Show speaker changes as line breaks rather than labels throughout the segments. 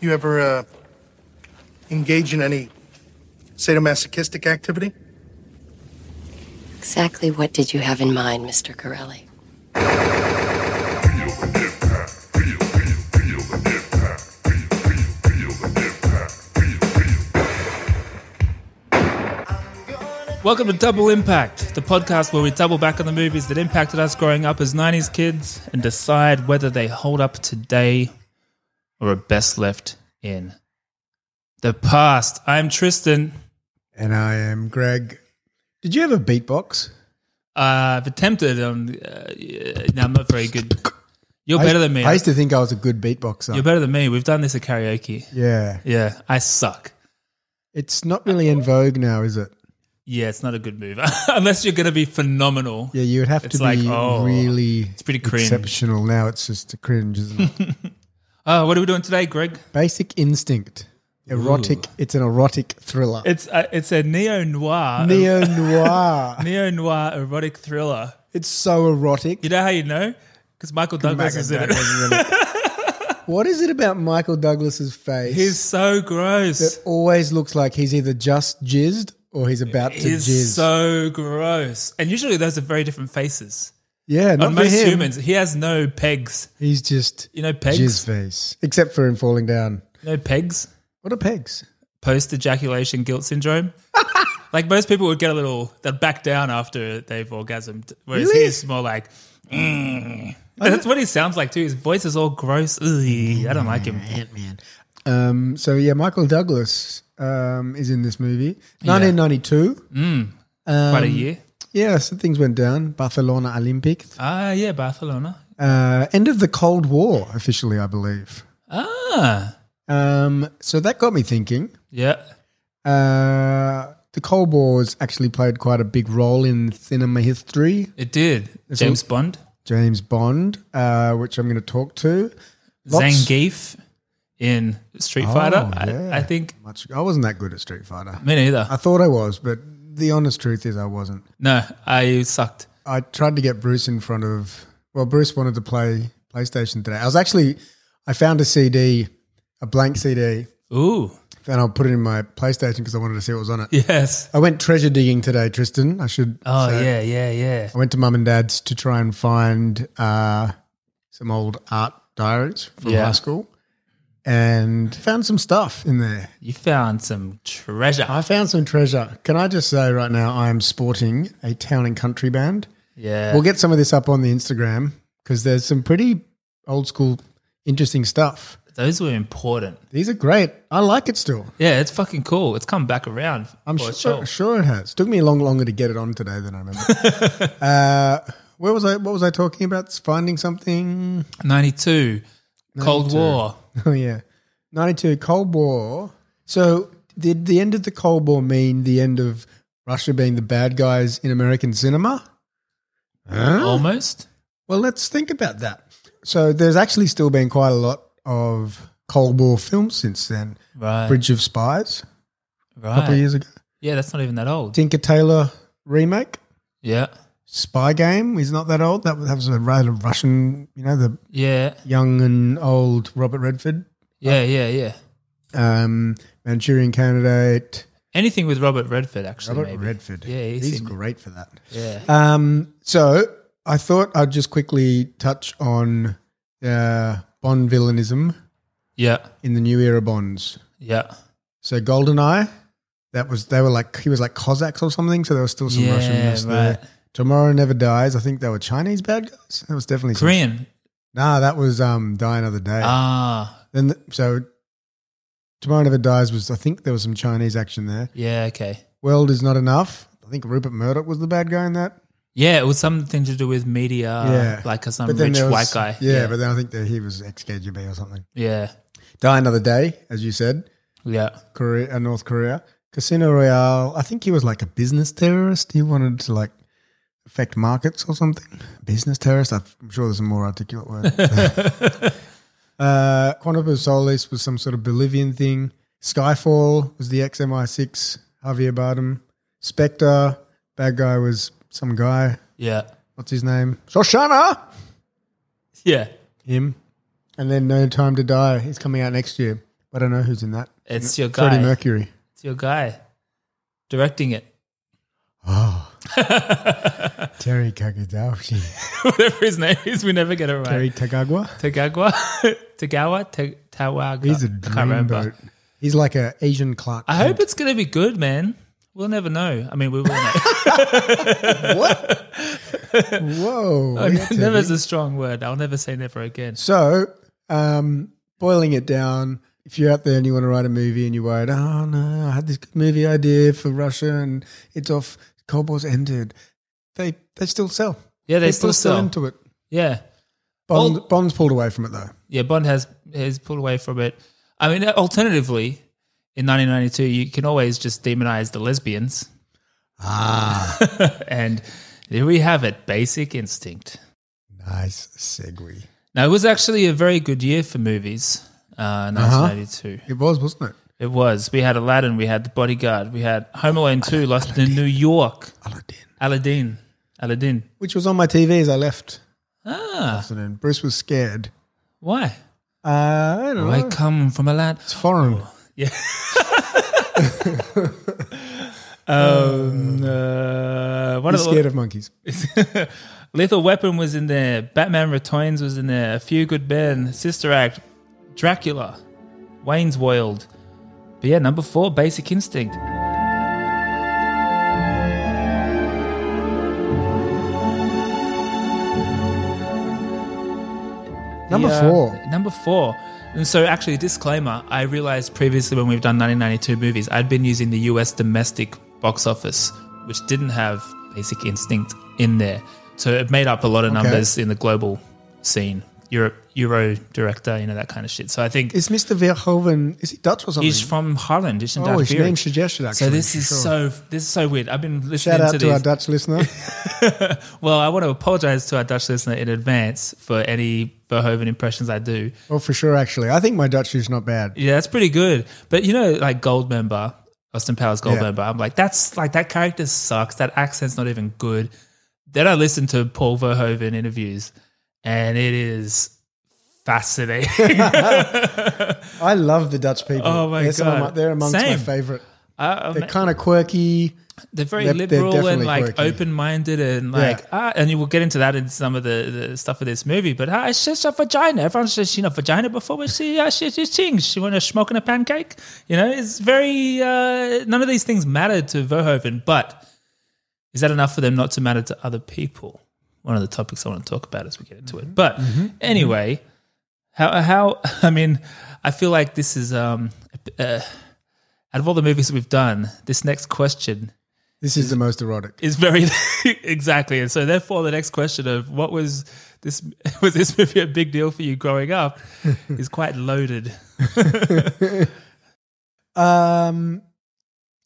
You ever uh, engage in any sadomasochistic activity?
Exactly what did you have in mind, Mr. Corelli?
Welcome to Double Impact, the podcast where we double back on the movies that impacted us growing up as 90s kids and decide whether they hold up today or are best left in the past. I'm Tristan.
And I am Greg. Did you ever beatbox?
Uh, I've attempted on. Uh, yeah, no, I'm not very good. You're
I-
better than me.
I used to think I was a good beatboxer.
You're better than me. We've done this at karaoke.
yeah.
Yeah, I suck.
It's not really in vogue now, is it?
Yeah, it's not a good move unless you're going to be phenomenal.
Yeah, you would have
It's
to
like,
be
oh,
really
it's pretty cringe.
exceptional. Now it's just a cringe, isn't it?
Oh, what are we doing today, Greg?
Basic Instinct. Erotic. It's an erotic thriller.
It's uh, it's a neo noir,
Neo noir.
neo noir erotic thriller.
it's so erotic.
You know how you know? Because Michael Douglas is in it.
what is it about Michael Douglas's face?
He's so
that
gross.
always looks like he's either just jizzed or he's about to jizz.
He's so gross. And usually those are very different faces.
yeah, not
On
for
most
him.
humans, he has no pegs.
He's just
You know pegs?
jizz face, except for him falling down.
No pegs.
What are pegs?
Post ejaculation guilt syndrome. like most people would get a little, they'll back down after they've orgasmed. Whereas
Really?
he's more like, "Mm." And that's what he sounds like too. His voice is all gross. Ugh, I don't like him.
Ant Man. Um, so yeah, Michael Douglas um, is in this movie, 1992. Um,
Quite a year.
Yeah, so things went down. Barcelona Olympic.
Ah, yeah, Barcelona.
Uh, end of the Cold War officially, I believe.
Ah,
Um, so that got me thinking.
yeah.
Uh, the Cold War has actually played quite a big role in cinema history.
It did. James Bond,
James Bond, uh, which I'm going to talk to. Lots- Oh,
Zangief in Street Fighter.
yeah.
I, I think
Much, I wasn't that good at Street Fighter.
me neither.
I thought I was, but the honest truth is I wasn't.
no, I sucked.
I tried to get Bruce in front of. Well, Bruce wanted to play PlayStation today. I was actually, I found a CD, a blank CD,
Ooh,
and I'll put it in my PlayStation because I wanted to see what was on it.
yes.
I went treasure digging today, Tristan. I should.
Oh
say.
yeah, yeah, yeah.
I went to mum and dad's to try and find uh, some old art diaries from
Yeah.
high school, and found some stuff in there.
You found some treasure.
I found some treasure. Can I just say right now, I am sporting a town and country band.
yeah.
We'll get some of this up on the Instagram because there's some pretty old school, interesting stuff.
Those were important.
These are great. I like it still.
Yeah, it's fucking cool. It's come back around.
I'm
for
sure, sure it has. Took me a long longer to get it on today than I remember. uh, where was I? What was I talking about? Finding something?
92, Cold War.
Oh yeah, ninety-two Cold War. So did the end of the Cold War mean the end of Russia being the bad guys in American cinema?
Almost.
Well, let's think about that. So there's actually still been quite a lot of Cold War films since then.
Right.
Bridge of Spies a couple of
right.
years ago.
Yeah, that's not even that old.
Tinker Tailor remake.
Yeah.
Spy Game is not that old. That was that was a rather Russian, you know, the
Yeah.
young and old Robert Redford. Uh,
Yeah, yeah, yeah.
Um, Manchurian Candidate.
Anything with Robert Redford, actually.
Robert
maybe.
Redford.
Yeah, he
he's,
seemed-
great for that.
Yeah.
Um, so I thought I'd just quickly touch on uh, Bond villainism
Yeah.
in the new era Bonds.
Yeah.
So Goldeneye, that was they were like he was like Cossacks or something. So there was still some
Yeah,
Russianness
right.
there. Tomorrow Never Dies. I think they were Chinese bad guys. That was definitely some-
Korean.
Nah, that was um, Die Another Day.
Ah.
then th- so Tomorrow Never Dies was I think there was some Chinese action there.
Yeah, okay.
World is not enough. I think Rupert Murdoch was the bad guy in that.
Yeah, it was something to do with media,
Yeah.
like some
But then
Um, rich
there was-
white guy.
Yeah,
yeah,
but then I think that he was ex KGB or something.
yeah,
Die Another Day, as you said,
yeah.
Korea, uh, North Korea. Casino Royale. I think he was like a business terrorist. He wanted to like affect markets or something. Business terrorist. I'm sure there's a more articulate word. uh, Quantum of Solace was some sort of Bolivian thing. Skyfall was the XMI6. Javier Bardem. Spectre. Bad guy was some guy.
Yeah.
What's his name? Shoshana.
Yeah.
Him. And then No Time to Die is coming out next year. I don't know who's in that.
It's your
Freddie
guy.
Mercury.
It's your guy directing it.
Oh. Terry Kagawashi.
Whatever his name is, we never get it
Terry
right.
Tagagwa.
Tagawa, Tagawa, Ta- Tawaga.
He's a
I can't remember.
dreamboat. He's like a Asian Clark.
I hope it's going to be good, man. We'll never know. I mean, we will know.
Kent. Whoa.
Oh,
yeah,
never
Terry.
is a strong word. I'll never say never again.
So, um, boiling it down, if you're out there and you want to write a movie and you're worried, oh no, I had this good movie idea for Russia and it's off, Cold War's ended, they they still sell.
Yeah, they still
People are
sell.
into it.
Yeah,
Bond,
Well-
Bond's pulled away from it though.
yeah. Bond has has pulled away from it. I mean, alternatively, in 1992, you can always just demonize the lesbians,
Ah,
and there we have it. Basic Instinct.
nice segue.
Now, it was actually a very good year for movies. Uh, 1992.
It was, wasn't it?
It was. We had Aladdin. We had The Bodyguard. We had Home Alone 2, Lost in New York.
Aladdin,
Aladdin. Aladdin.
which was on my TV as I left.
Ah,
Afternoon. Bruce was scared.
why?
Uh, I don't
I
know.
come from Aladdin.
It's foreign.
Um, uh, one
He's
of the,
scared of monkeys.
Lethal Weapon was in there. Batman Returns was in there. A Few Good Men, Sister Act, Dracula, Wayne's World. But yeah, number four, Basic Instinct.
Number
The, uh,
four.
Number four. And so, actually, disclaimer I realized previously when we've done 1992 movies, I'd been using the US domestic box office, which didn't have Basic Instinct in there. So, it made up a lot of numbers in the global scene, Europe, Euro director, you know, that kind of shit. So, I think
Is Mr. Verhoeven, is he Dutch or something?
he's from Holland. Isn't
Oh, his name suggested actually.
So this
for
is
sure.
so this is so weird. I've been listening
Shout out
to
to,
these.
our Dutch listener.
well, I want to apologize to our Dutch listener in advance for any Verhoeven impressions I do.
oh, for sure. Actually, I think my Dutch is not bad.
Yeah, that's pretty good. But you know, like Gold Member, Austin Powers Gold
Yeah.
Member, I'm like, that's like that character sucks. That accent's not even good. Then I listened to Paul Verhoeven interviews, and it is fascinating.
I love the Dutch people.
Oh, my
they're some of
God.
my- they're amongst my
Same.
favorite.
I-
They're kind of quirky.
they're very
They're- they're
liberal and
definitely
like
quirky.
open minded and like ah, and you will get into that in some of the, the stuff of this movie. But ah, it's just a vagina. Everyone's just you know vagina before we see ah, she she chings. She want to smoke in a pancake. You know, it's very uh, none of these things matter to Verhoeven. But is that enough for them not to matter to other people? One of the topics I want to talk about as we get into
Mm-hmm.
it. But anyway, how how I mean, I feel like this is um. Uh, out of all the movies we've done, this next question
This is the most erotic.
is very exactly, and so therefore the next question of what was this was this movie a big deal for you growing up is quite loaded.
Um,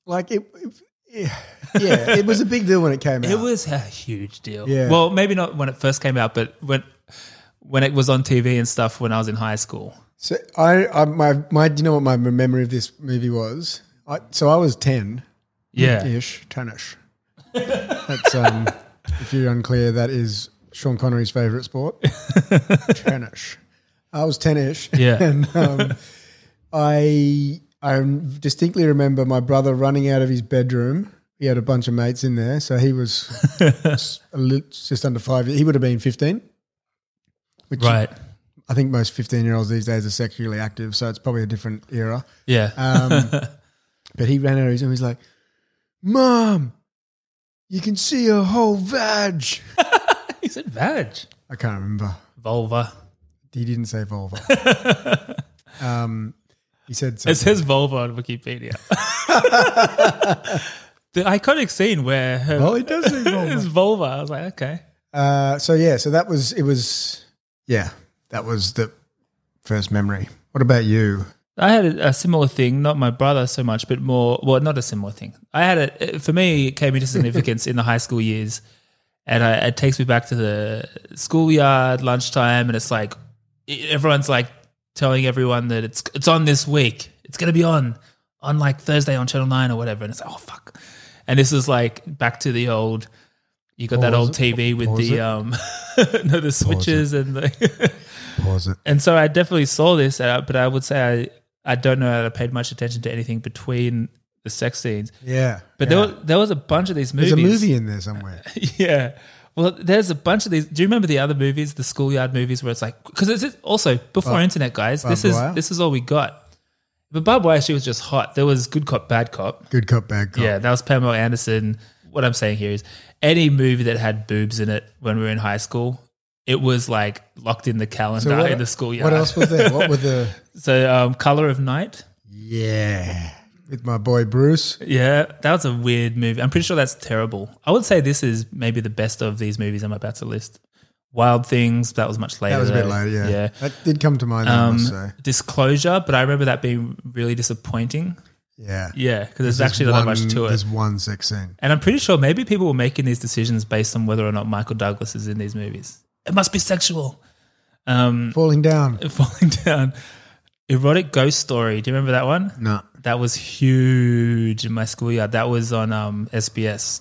like it, it- yeah, yeah, it was a big deal when it came out.
It was a huge deal.
Yeah.
Well, maybe not when it first came out, but when when it was on TV and stuff when I was in high school.
So I, I my my, do you know what my memory of this movie was? I, so I was ten.
Yeah.
ish, tennis. That's um, if you're unclear, that is Sean Connery's favorite sport, tennis. I was ten-ish.
Yeah.
and um, I I distinctly remember my brother running out of his bedroom. He had a bunch of mates in there, so he was s- a lit- just under five. He would have been fifteen, which
Right.
I think most fifteen-year-olds these days are sexually active, so it's probably a different era.
Yeah.
Um, but he ran out of his room. He's like, Mom, you can see a whole vag.
he said vag.
I can't remember.
Vulva.
He didn't say vulva. um, he said
It
something.
says vulva on Wikipedia. the iconic scene where her
Oh, he does say
is
vulva.
vulva. I was like, okay.
Uh, so, yeah, so that was, it was, yeah, that was the first memory. What about you?
I had a, a similar thing, not my brother so much, but more, well, not a similar thing. I had a, for me, it came into significance in the high school years. And I, it takes me back to the schoolyard, lunchtime, and it's like everyone's like telling everyone that it's it's on this week. It's going to be on, on like Thursday on Channel 9 or whatever. And it's like, oh, fuck. And this is like back to the old, you got that
Pause
old
it.
TV with
Pause
the,
it.
um, no, the switches and the.
Pause it.
And so I definitely saw this, uh, but I would say I don't know that I paid much attention to anything between the sex scenes.
Yeah.
But there, was, there was a bunch of these movies.
there's a movie in there somewhere.
yeah. Well, there's a bunch of these. Do you remember the other movies, the schoolyard movies, where it's like because it's it's also before internet, guys. This
barbed
is
wire?
this is all we got. But Bob Wire, she was just hot. There was good cop, bad cop.
Good cop, bad cop.
Yeah, that was Pamela Anderson. What I'm saying here is any movie that had boobs in it when we were in high school, it was like locked in the calendar
what,
in the schoolyard.
what else was there? What were the
So, um, Color of Night.
yeah with my boy Bruce?
Yeah, that was a weird movie. I'm pretty sure that's terrible. I would say this is maybe the best of these movies I'm about to list. Wild Things, that was much later.
That was a bit
though.
later. Yeah,
Yeah.
that did come to mind. I
Um,
must say.
Disclosure, but I remember that being really disappointing.
Yeah,
Yeah, because there's actually not that much to it.
There's one sex scene.
And I'm pretty sure maybe people were making these decisions based on whether or not Michael Douglas is in these movies. It must be sexual. Um,
Falling down.
falling down. Erotic Ghost Story. Do you remember that one?
No.
That was huge in my schoolyard. That was on um, SBS.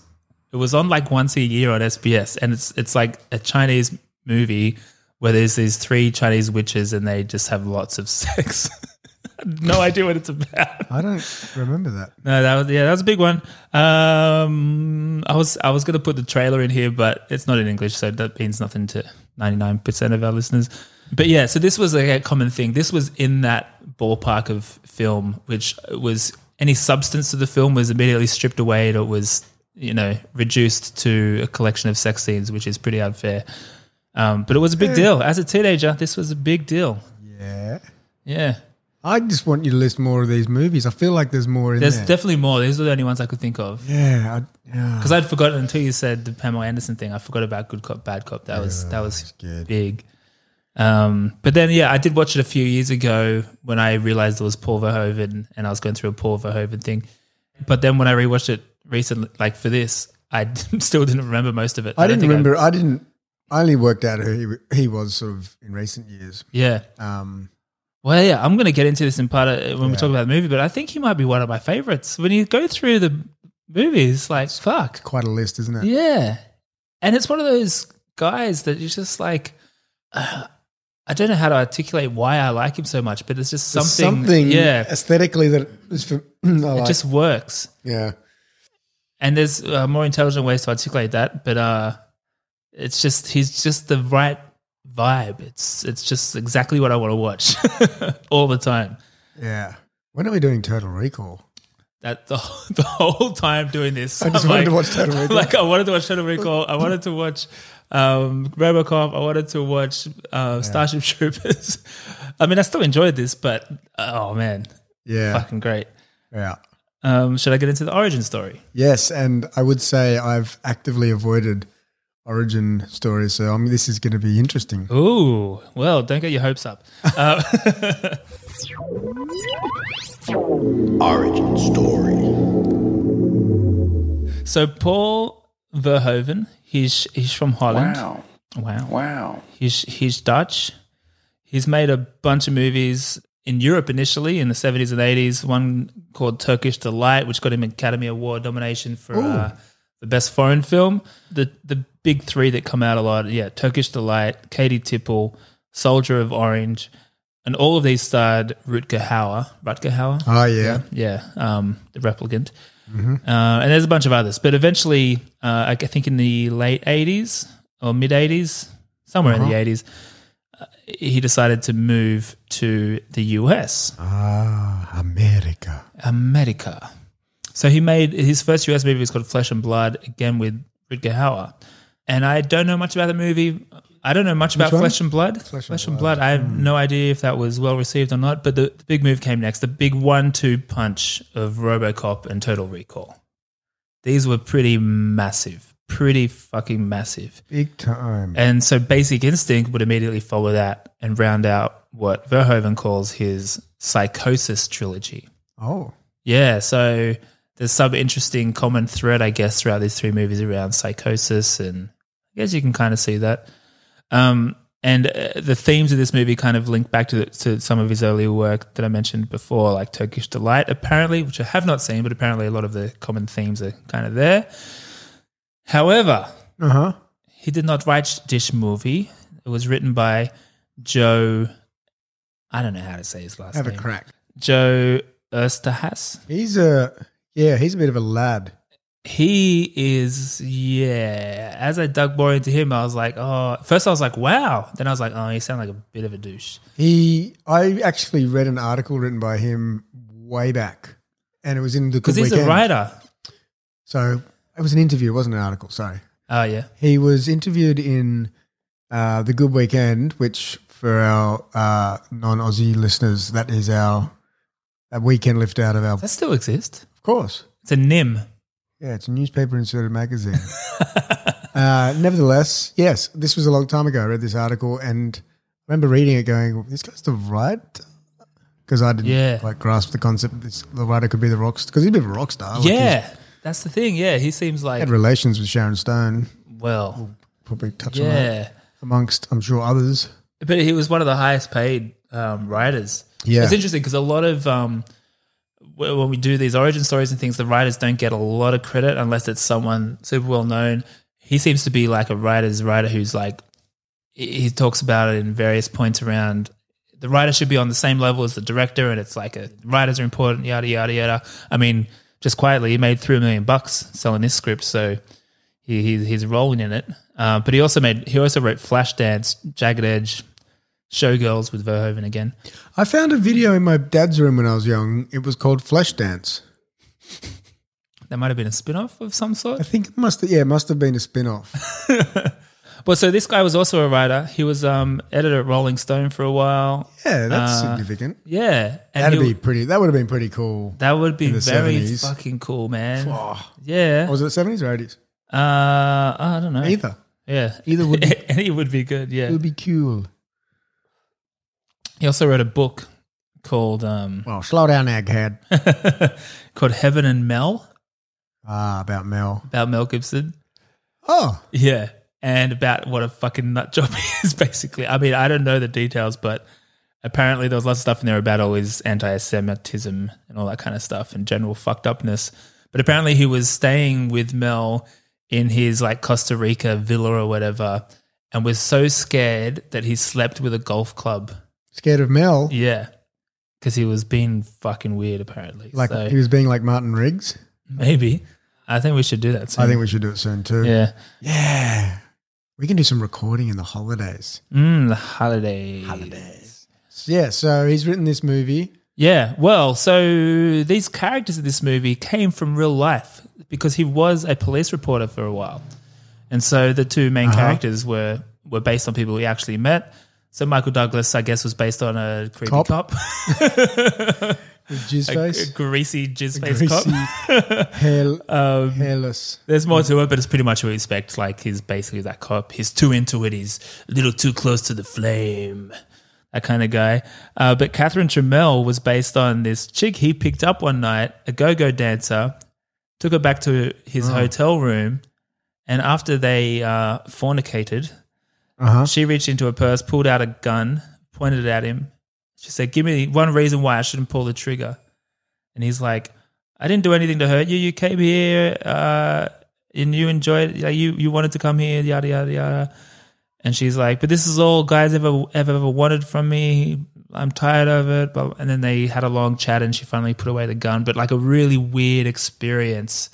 It was on like once a year on SBS, and it's it's like a Chinese movie where there's these three Chinese witches and they just have lots of sex. no idea what it's about.
I don't remember that.
No, that was yeah, that was a big one. Um, I was I was gonna put the trailer in here, but it's not in English, so that means nothing to ninety nine percent of our listeners. But yeah, so this was like a common thing. This was in that ballpark of film, which was any substance to the film was immediately stripped away, and it was you know reduced to a collection of sex scenes, which is pretty unfair. Um, but it was a big deal as a teenager. This was a big deal.
Yeah.
Yeah,
I just want you to list more of these movies. I feel like there's more in
there's
there.
definitely more. These are the only ones I could think of.
yeah. I, yeah.
Because I'd forgotten until you said the Pamela Anderson thing. I forgot about Good Cop, Bad Cop. That was that was
good.
big. Um, but then, yeah, I did watch it a few years ago when I realized it was Paul Verhoeven, and I was going through a Paul Verhoeven thing. But then when I rewatched it recently, like for this, I still didn't remember most of it.
I
don't
didn't
think
remember. I, didn't. I only worked out who he, he was sort of in recent years.
yeah.
Um,
Well, yeah, I'm going to get into this in part of, when we talk about the movie, but I think he might be one of my favorites. When you go through the movies, like fuck,
quite a list, isn't it?
Yeah. And it's one of those guys that you're just like, uh, I don't know how to articulate why I like him so much, but it's just
There's
something.
something
yeah.
aesthetically that is for I
It
like.
just works.
yeah.
And there's uh, more intelligent ways to articulate that, but uh, it's just, he's just the right vibe. It's, it's just exactly what I want to watch all the time.
Yeah. When are we doing Total Recall?
That the, whole- the whole time doing this,
I just
I'm
wanted to watch Total Recall.
Like I wanted to watch Total Recall. I wanted to watch um, RoboCop. I wanted to watch uh, Starship Troopers. I mean, I still enjoyed this, but oh man,
Yeah.
fucking great.
Yeah.
Um, should I get into the origin story?
Yes, and I would say I've actively avoided origin stories, so I mean, this is going to be interesting.
Ooh, well, don't get your hopes up. Uh,
Origin story.
so Paul Verhoeven, he's he's from Holland.
Wow.
Wow.
Wow.
He's he's Dutch. He's made a bunch of movies in Europe initially in the seventies and eighties. One called Turkish Delight, which got him an Academy Award nomination for uh, the best foreign film. The the big three that come out a lot, yeah, Turkish Delight, Katie Tipple, Soldier of Orange, and all of these starred Rutger Hauer. Rutger Hauer,
Oh, yeah.
yeah, um, the replicant. Uh, and there's a bunch of others, but eventually, uh, I think in the late '80s or mid '80s, somewhere in the '80s, uh, he decided to move to the US,
Ah, America.
America. So he made his first US movie was called Flesh and Blood, again with Rutger Hauer. And I don't know much about the movie. I don't know much about
one?
Flesh and Blood. Flesh, and Blood. Hmm. I have no idea if that was well received or not. But the, the big move came next, the big one-two punch of RoboCop and Total Recall. These were pretty massive, pretty fucking massive.
Big time.
And so Basic Instinct would immediately follow that and round out what Verhoeven calls his psychosis trilogy.
Oh,
Yeah, so there's some interesting common thread, I guess, throughout these three movies around psychosis, and I guess you can kind of see that. Um, and uh, the themes of this movie kind of link back to, the, to some of his earlier work that I mentioned before, like Turkish Delight, apparently, which I have not seen, but apparently a lot of the common themes are kind of there. However,
uh huh.
he did not write this movie. It was written by Joe. I don't know how to say his last
Have a
name.
crack.
Joe Erstahas.
He's a yeah. He's a bit of a lad.
He is, yeah. As I dug more into him, I was like, oh, first I was like, wow. Then I was like, oh, he sounds like a bit of a douche.
He. I actually read an article written by him way back, and it was in the
Because
Good
he's
Weekend.
a writer.
So it was an interview. It wasn't an article. Sorry.
Oh, yeah.
He was interviewed in uh, the Good Weekend, which for our uh, non-Aussie listeners, that is our a weekend lift out of our.
That still exists.
Of course.
It's a NIM.
Yeah, it's a newspaper inserted magazine. uh, nevertheless, yes, this was a long time ago. I read this article and I remember reading it, going, "This guy's the right," because I didn't
Yeah.
like grasp the concept. that This, the writer could be the rock because he's a bit of a rock star. like, he's
yeah. That's the thing. Yeah. He seems like,
had relations with Sharon Stone.
well,
Probably touch on that
yeah.
amongst, I'm sure, others.
But he was one of the highest paid um, writers.
Yeah.
It's interesting because a lot of, um, wh- when we do these origin stories and things, the writers don't get a lot of credit unless it's someone super well known. He seems to be like a writer's writer who's like, he he talks about it in various points around the writer should be on the same level as the director, and it's like a, writers are important, yada yada yada. I mean, just quietly, he made three million bucks selling this script, so he, he he's rolling in it. Uh, but he also made he also wrote Flashdance, Jagged Edge, Showgirls with Verhoeven again.
I found a video in my dad's room when I was young. It was called Flesh Dance.
That might have been a spin off of some sort.
I think it must, yeah, it must have been a spin off.
Well, so this guy was also a writer. He was um, editor at Rolling Stone for a while.
Yeah, that's
Uh,
significant.
Yeah, and
That'd
he-
be pretty. That would have been pretty cool.
that would be
in the
very
70s.
fucking cool, man.
Oh.
Yeah,
Was it seventies or eighties?
uh, I don't know.
Either.
yeah,
Either would be-
any would be good.
It
Yeah,
would be cool.
he also wrote a book called um,
Well, slow down, egghead.
called Heaven and Mel
ah, about Mel.
about Mel Gibson.
Oh,
Yeah. And about what a fucking nut job he is, basically. I mean, I don't know the details, but apparently there was lots of stuff in there about all his anti Semitism and all that kind of stuff and general fucked upness. But apparently he was staying with Mel in his like Costa Rica villa or whatever and was so scared that he slept with a golf club.
scared of Mel?
Yeah. Because he was being fucking weird, apparently.
Like
so
he was being like Martin Riggs.
maybe. I think we should do that soon.
I think we should do it soon too.
Yeah.
Yeah. we can do some recording in the holidays.
Mm, the holidays.
Yeah, so he's written this movie.
Yeah, well, so these characters in this movie came from real life because he was a police reporter for a while. And so the two main
Uh-huh.
characters were, were based on people he actually met. So Michael Douglas, I guess, was based on a creepy
Cop.
cop,
with Jizz
a, a
face,
greasy jizz
greasy
face cop.
hair, hairless.
There's more to it, but it's pretty much what you expect. Like he's basically that cop. He's too into it. He's a little too close to the flame. That kind of guy. Uh, but Catherine Trammell was based on this chick he picked up one night, a go-go dancer, took her back to his hotel room, and after they uh, fornicated,
Uh huh.
she reached into her purse, pulled out a gun, pointed it at him. She said, Give me one reason why I shouldn't pull the trigger. And he's like, I didn't do anything to hurt you. You came here uh, and you enjoyed like, you, you wanted to come here, yada, yada, yada. And she's like, But this is all guys ever, ever, ever wanted from me. I'm tired of it. But, and then they had a long chat and she finally put away the gun. But like a really weird experience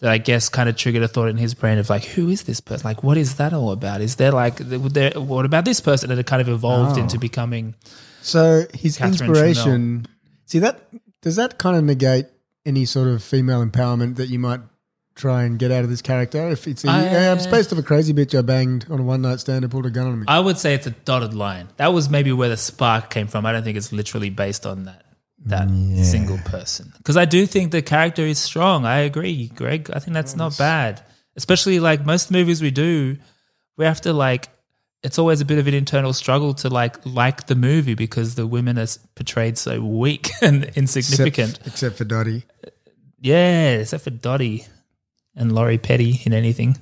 that I guess kind of triggered a thought in his brain of like, who is this person? Like, what is that all about? Is there like, th- would there, what about this person? And it kind of evolved
Oh.
into becoming.
So his
Catherine
inspiration. See that does that kind of negate any sort of female empowerment that you might try and get out of this character? If it's a,
I-
hey, I'm supposed to have a crazy bitch I banged on a one night stand and pulled a gun on me.
I would say it's a dotted line. That was maybe where the spark came from. I don't think it's literally based on that that single person because I do think the character is strong. I agree, Greg. I think that's not bad, especially like most movies we do. We have to like. It's always a bit of an internal struggle to like like the movie because the women are s- portrayed so weak and insignificant.
Except, except for Dottie.
Yeah, except for Dottie and Laurie Petty in anything.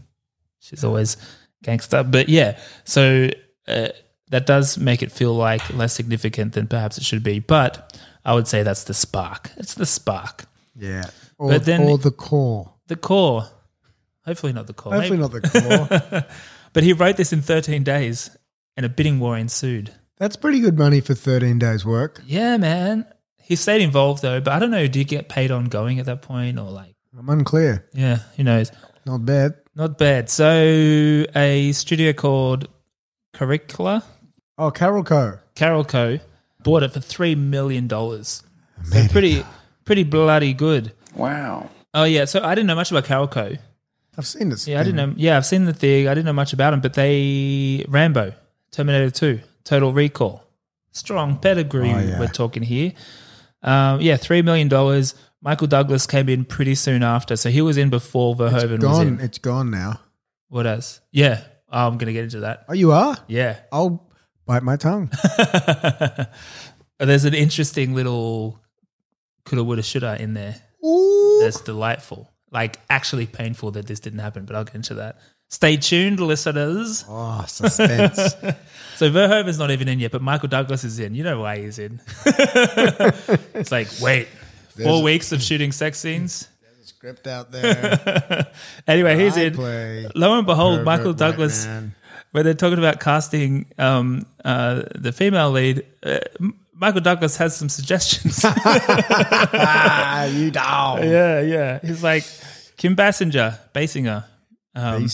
She's always gangster. But yeah, so uh, that does make it feel like less significant than perhaps it should be. But I would say that's the spark. It's the spark,
Yeah. Or,
But then-
or the core.
the core. Hopefully not the core.
Hopefully not the core.
But he wrote this in 13 days and a bidding war ensued.
That's pretty good money for 13 days work.
Yeah, man. He stayed involved though, but I don't know. Do you get paid ongoing at that point, or like,
I'm unclear.
yeah, who knows?
Not bad.
Not bad. So a studio called Curricula,
Oh, Carol Co.
Carol Co. bought it for three million dollars. So pretty, pretty bloody good.
Wow.
Oh yeah. So I didn't know much about Carol Co.
I've seen this.
Yeah, I didn't know. Yeah, I've seen the thing. I didn't know much about them, but they Rambo, Terminator Two, Total Recall, strong pedigree.
Oh, yeah.
We're talking here. Um, yeah, three million dollars. Michael Douglas came in pretty soon after, so he was in before Verhoeven
It's
was
gone.
in.
It's gone now.
What else? Yeah, I'm gonna get into that.
Oh, you are?
Yeah,
I'll bite my tongue.
there's an interesting little coulda, woulda, shoulda in there.
Ooh.
That's delightful. Like actually painful that this didn't happen, but I'll get into that. Stay tuned, listeners.
Oh, suspense.
So Verhoeven's not even in yet, but Michael Douglas is in. You know why he's in. it's like, wait, four weeks of shooting sex scenes?
Script out there.
Anyway, he's
I
in.
play
Lo and behold,
pervert
Michael
white
Douglas,
man.
when they're talking about casting um, uh, the female lead, uh, M- Michael Douglas has some suggestions.
Ah, you down.
yeah, yeah. He's like, Kim Bassinger, Basinger. Um,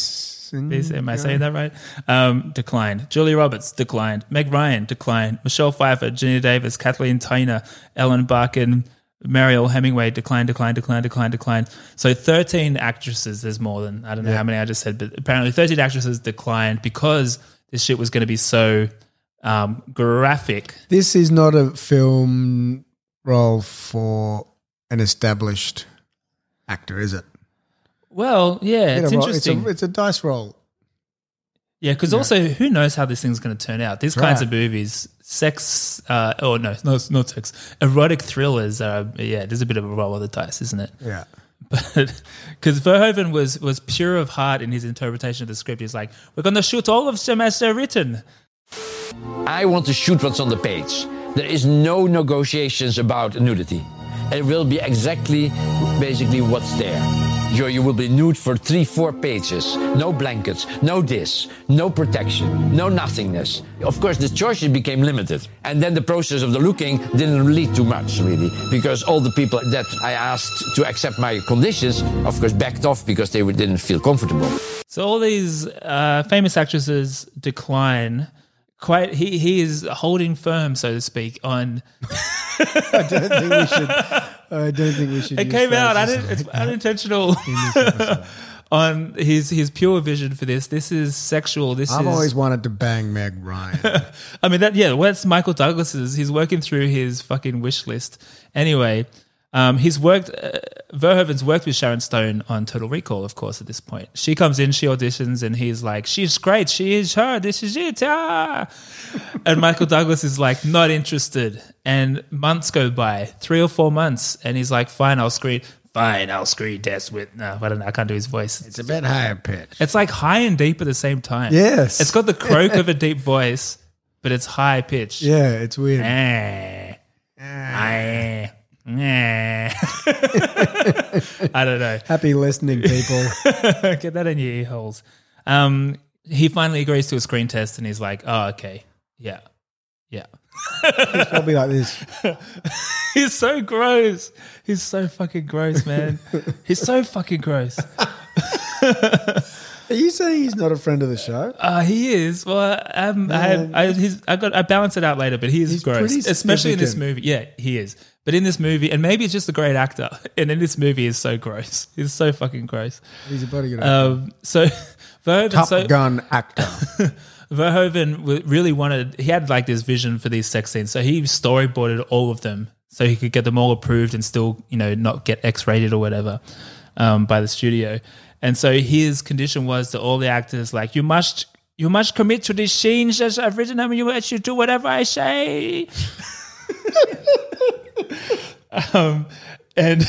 Mm.
Is, am I saying that right? Um, declined. Julia Roberts declined. Meg Ryan declined. Michelle Pfeiffer, Gina Davis, Kathleen Tyner, Ellen Barkin, Mariel Hemingway declined, declined, declined, declined, declined. So 13 actresses, there's more than, I don't know how many I just said, but apparently 13 actresses declined because this shit was going to be so um, graphic.
This is not a film role for an established actor, is it?
Well, yeah, it's
a ro-
interesting.
It's a, it's a dice roll.
Yeah, because also, who knows how this thing's going to turn out? These kinds
right.
of movies, sex, uh, oh no, no, it's not sex, erotic thrillers are yeah, there's a bit of a roll of the dice, isn't it?
Yeah.
But because Verhoeven was was pure of heart in his interpretation of the script, he's like, we're going to shoot all of them as they're written.
I want to shoot what's on the page. There is no negotiations about nudity. It will be exactly, basically, what's there. You, you will be nude for three, four pages. No blankets, no this, no protection, no nothingness. Of course, the choices became limited. And then the process of the looking didn't lead to much, really, because all the people that I asked to accept my conditions, of course, backed off because they didn't feel comfortable.
So all these uh, famous actresses decline. Quite, he he is holding firm, so to speak, on
I don't think we should. I don't think we should.
It
use
came out. I
phrases
didn't.
like
It's
that.
unintentional. On his his pure vision for this. This is sexual. This
I've
is.
always wanted to bang Meg Ryan.
I mean that. Yeah. What's Michael Douglas's? He's working through his fucking wish list. Anyway, um, he's worked. Uh, Verhoeven's worked with Sharon Stone on Total Recall, of course. At this point, she comes in, she auditions, and he's like, "She's great. She is her. This is it." Ah! and Michael Douglas is like, "Not interested." And months go by, three or four months, and he's like, "Fine, I'll screen. Fine, I'll screen test with." No, I don't know. I can't do his voice.
it's a bit higher pitch.
It's like high and deep at the same time.
Yes.
It's got the croak of a deep voice, but it's high pitched.
Yeah, it's weird.
Eh. Eh. Eh. I don't know.
Happy listening, people.
Get that in your ear holes. Um, he finally agrees to a screen test and he's like, oh, okay. Yeah. Yeah.
I'll be like this.
He's so gross. He's so fucking gross, man. He's so fucking gross.
Are you saying he's not a friend of the show?
Uh, he is. Well, um, I, have, I, he's, I got I balance it out later, but he is
He's
gross,
pretty
especially in this
significant.
movie. Yeah, he is. But in this movie, and maybe it's just a great actor, and in this movie, is so gross. He's so fucking gross.
He's a bloody good actor.
Um, so Verhoeven,
Top
so,
Gun actor.
Verhoeven w- really wanted. He had like this vision for these sex scenes, so he storyboarded all of them so he could get them all approved and still, you know, not get X-rated or whatever um, by the studio. And so his condition was to all the actors like, you must. You must commit to these scenes as I've written them. You must do whatever I say. um, and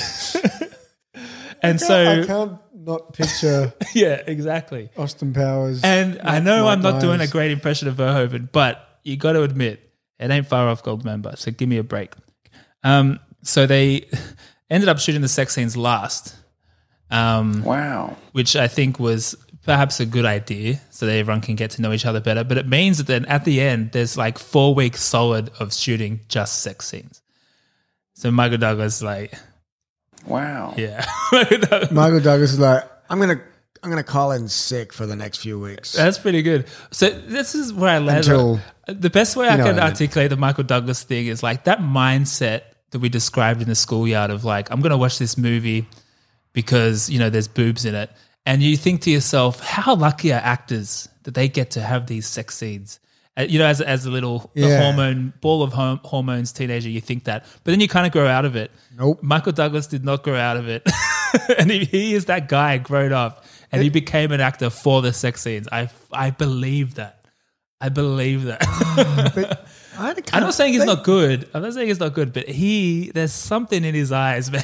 and
I
so
can't not picture
yeah, exactly.
Austin Powers.
And I know
Mike
I'm not doing a
Myers.
great impression of Verhoeven, but you got to admit it ain't far off Goldmember. So give me a break. Um, so they ended up shooting the sex scenes last, um,
Wow.
which I think was perhaps a good idea, so that everyone can get to know each other better. But it means that then at the end, there's like four weeks solid of shooting just sex scenes. So Michael Douglas, like,
Wow.
yeah, Michael Douglas.
Michael Douglas is like, I'm gonna, I'm gonna call in sick for the next few weeks.
That's pretty good. So this is where I landed.
Until-
the best way I
you know
can
what I mean.
articulate the Michael Douglas thing is like that mindset that we described in the schoolyard of like, I'm going to watch this movie because, you know, there's boobs in it. And you think to yourself, how lucky are actors that they get to have these sex scenes? Uh, You know, as, as a little the
Yeah.
hormone ball of hom- hormones teenager, you think that, but then you kind of grow out of it.
Nope.
Michael Douglas did not grow out of it, and he, he is that guy grown up, and he became an actor for the sex scenes. I I believe that. I believe that.
I kinda
I'm not saying he's
think-
not good. I'm not saying he's not good, but he there's something in his eyes, man.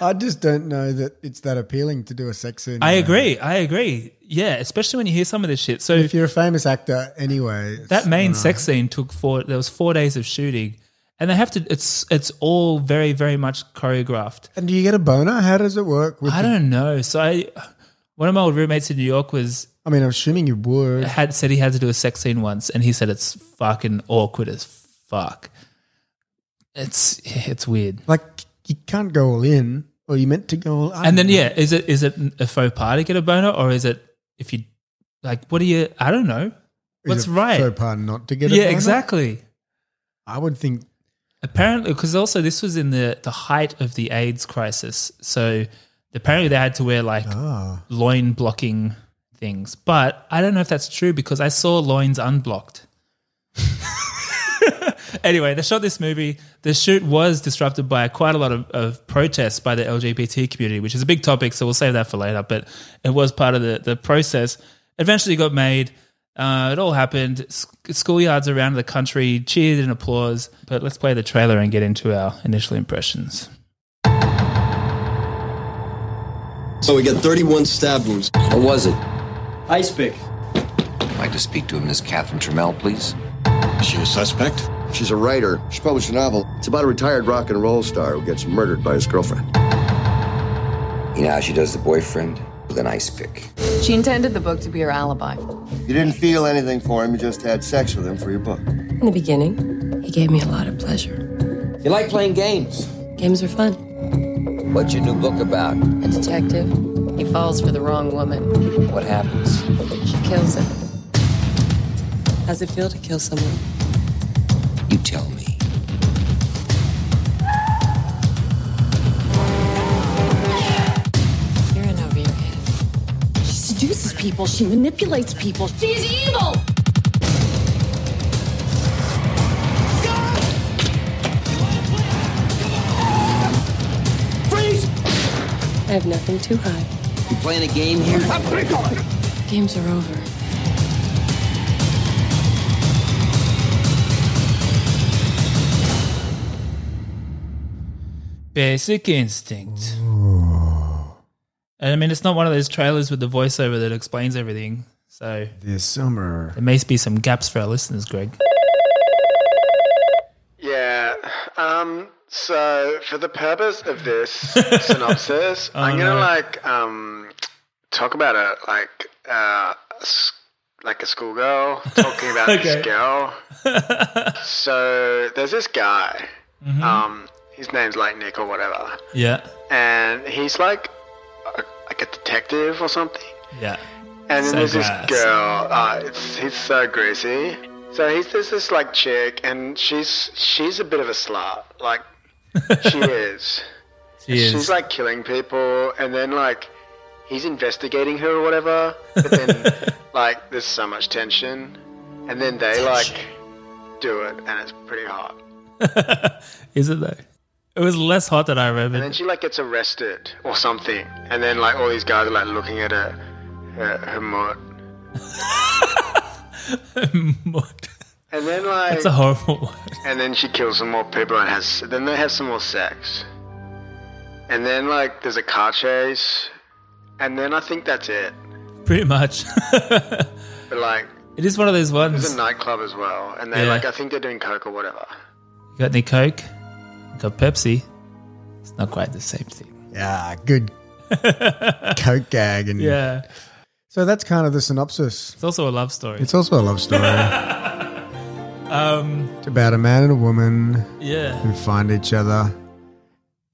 I just don't know that it's that appealing to do a sex scene.
I agree. I agree. Yeah, especially when you hear some of this shit. So
If you're a famous actor, anyway, it's-
that main sex scene took four there was four days of shooting and they have to it's it's all very very much choreographed
and do you get a boner? How does it work? With
i
the-
don't know so i one of my old roommates in new york was
I mean, I'm assuming you would.
had said he had to do a sex scene once and he said it's fucking awkward as fuck it's it's weird
Like you can't go all in, or you meant to go all. I
and then
don't know.
yeah is it is it a faux pas to get a boner or is it if you like what do you i don't know what's
Is it
right
So far, not to get. a
yeah
boner?
exactly
I would think
apparently because also this was in the the height of the AIDS crisis, so apparently they had to wear like loin blocking things. But I don't know if that's true because I saw loins unblocked. anyway, they shot this movie. The shoot was disrupted by quite a lot of, of protests by the LGBT community, which is a big topic, so we'll save that for later. But it was part of the, the process. Eventually got made. Uh, it all happened. S- schoolyards around the country cheered and applause. But let's play the trailer and get into our initial impressions.
So we got 31 stab wounds.
What was it?
Ice pick.
I'd like to speak to a Miss Catherine Trammell, please.
She a suspect?
She's a writer. She published a novel. It's about a retired rock and roll star who gets murdered by his girlfriend.
You know how she does the boyfriend? With an ice pick.
She intended the book to be her alibi.
You didn't feel anything for him. You just had sex with him for your book.
In the beginning, he gave me a lot of pleasure.
You like playing games.
Games are fun.
What's your new book about?
A detective, he falls for the wrong woman.
What happens?
She kills him. How's it feel to kill someone?
You tell me.
You're in over your head.
She seduces people, she manipulates people. She's evil!
I have nothing to hide.
You playing a game here?
Games are over.
Basic Instinct. And I mean, it's not one of those trailers with the voiceover that explains everything. So
this summer.
there may be some gaps for our listeners, Greg.
Yeah. Um, so for the purpose of this synopsis, I'm gonna
no.
like um, talk about a like uh, s- like a schoolgirl talking about
Okay.
this girl. so there's this guy. Um, his name's like Nick or whatever,
Yeah.
and he's like a, like a detective or something.
Yeah.
And then
So
there's
gross.
this girl. Uh, it's he's so greasy. So he's there's this like chick, and she's she's a bit of a slut. Like she is.
She is.
She's like killing people, and then like he's investigating her or whatever. But then like there's so much tension, and then they like do it, and it's pretty hot.
is it though? It was less hot than I
And then
remembered.
she like gets arrested or something, and then like all these guys are like looking at her her, her mutt. And then like
That's a horrible word.
And then she kills some more people and has. Then they have some more sex. And then like there's a car chase. And then I think that's it.
Pretty much.
But like
it is one of those
there's
ones.
a
You
nightclub as well. And they
Yeah.
like I think they're doing coke or whatever.
got any Coke? You got Pepsi? It's not quite the same thing.
Yeah, good coke gag and
Yeah.
So that's kind of the synopsis.
It's also a love story.
It's also a love story.
Um,
It's about a man and a woman
yeah.
who find each other,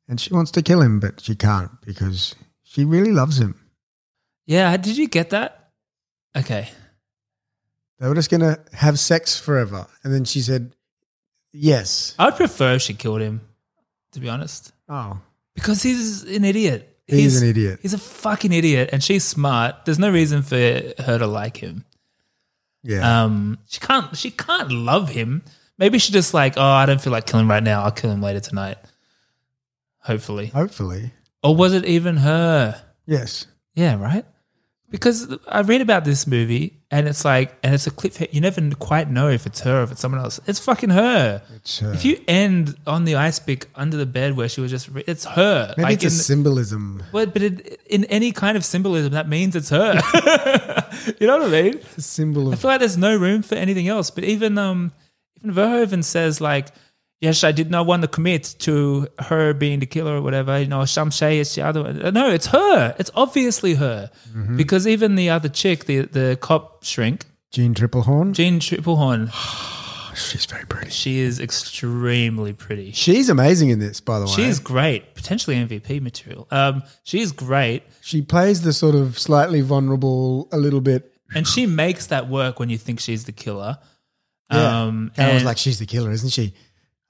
and she wants to kill him, but she can't because she really loves him.
Yeah. Did you get that? Okay.
They were just gonna have sex forever, and then she said, "Yes."
I'd prefer if she killed him, to be honest,
Oh,
because he's an idiot.
He's an idiot.
He's a fucking idiot, and she's smart. There's no reason for her to like him.
yeah.
Um, she can't. She can't love him. Maybe she just like, oh, I don't feel like killing him right now. I'll kill him later tonight. Hopefully,
Hopefully,
or was it even her?
yes.
Yeah, right. Because I read about this movie, and it's like, and it's a clip. You never quite know if it's her or if it's someone else. It's fucking her.
It's her.
If you end on the ice pick under the bed where she was just, re- it's her.
Maybe it's a
in,
symbolism.
but, but it, in any kind of symbolism, that means it's her. you know what I mean?
It's a symbol
I
of
feel like there's no room for anything else. But even um, even Verhoeven says like, yes, I did not want to commit to her being the killer or whatever. You know, Shamshay is the other one. Uh, No, it's her. It's obviously her
Mm-hmm.
because even the other chick, the the cop shrink,
Jean Triplehorn.
Jean Triplehorn,
She's very pretty.
she is extremely pretty.
She's amazing in this, by the way.
She's great, potentially MVP material. Um, she's great,
she plays the sort of slightly vulnerable, a little bit.
and she makes that work when you think she's the killer.
Yeah.
Um,
and I was
and-
like, she's the killer, isn't she?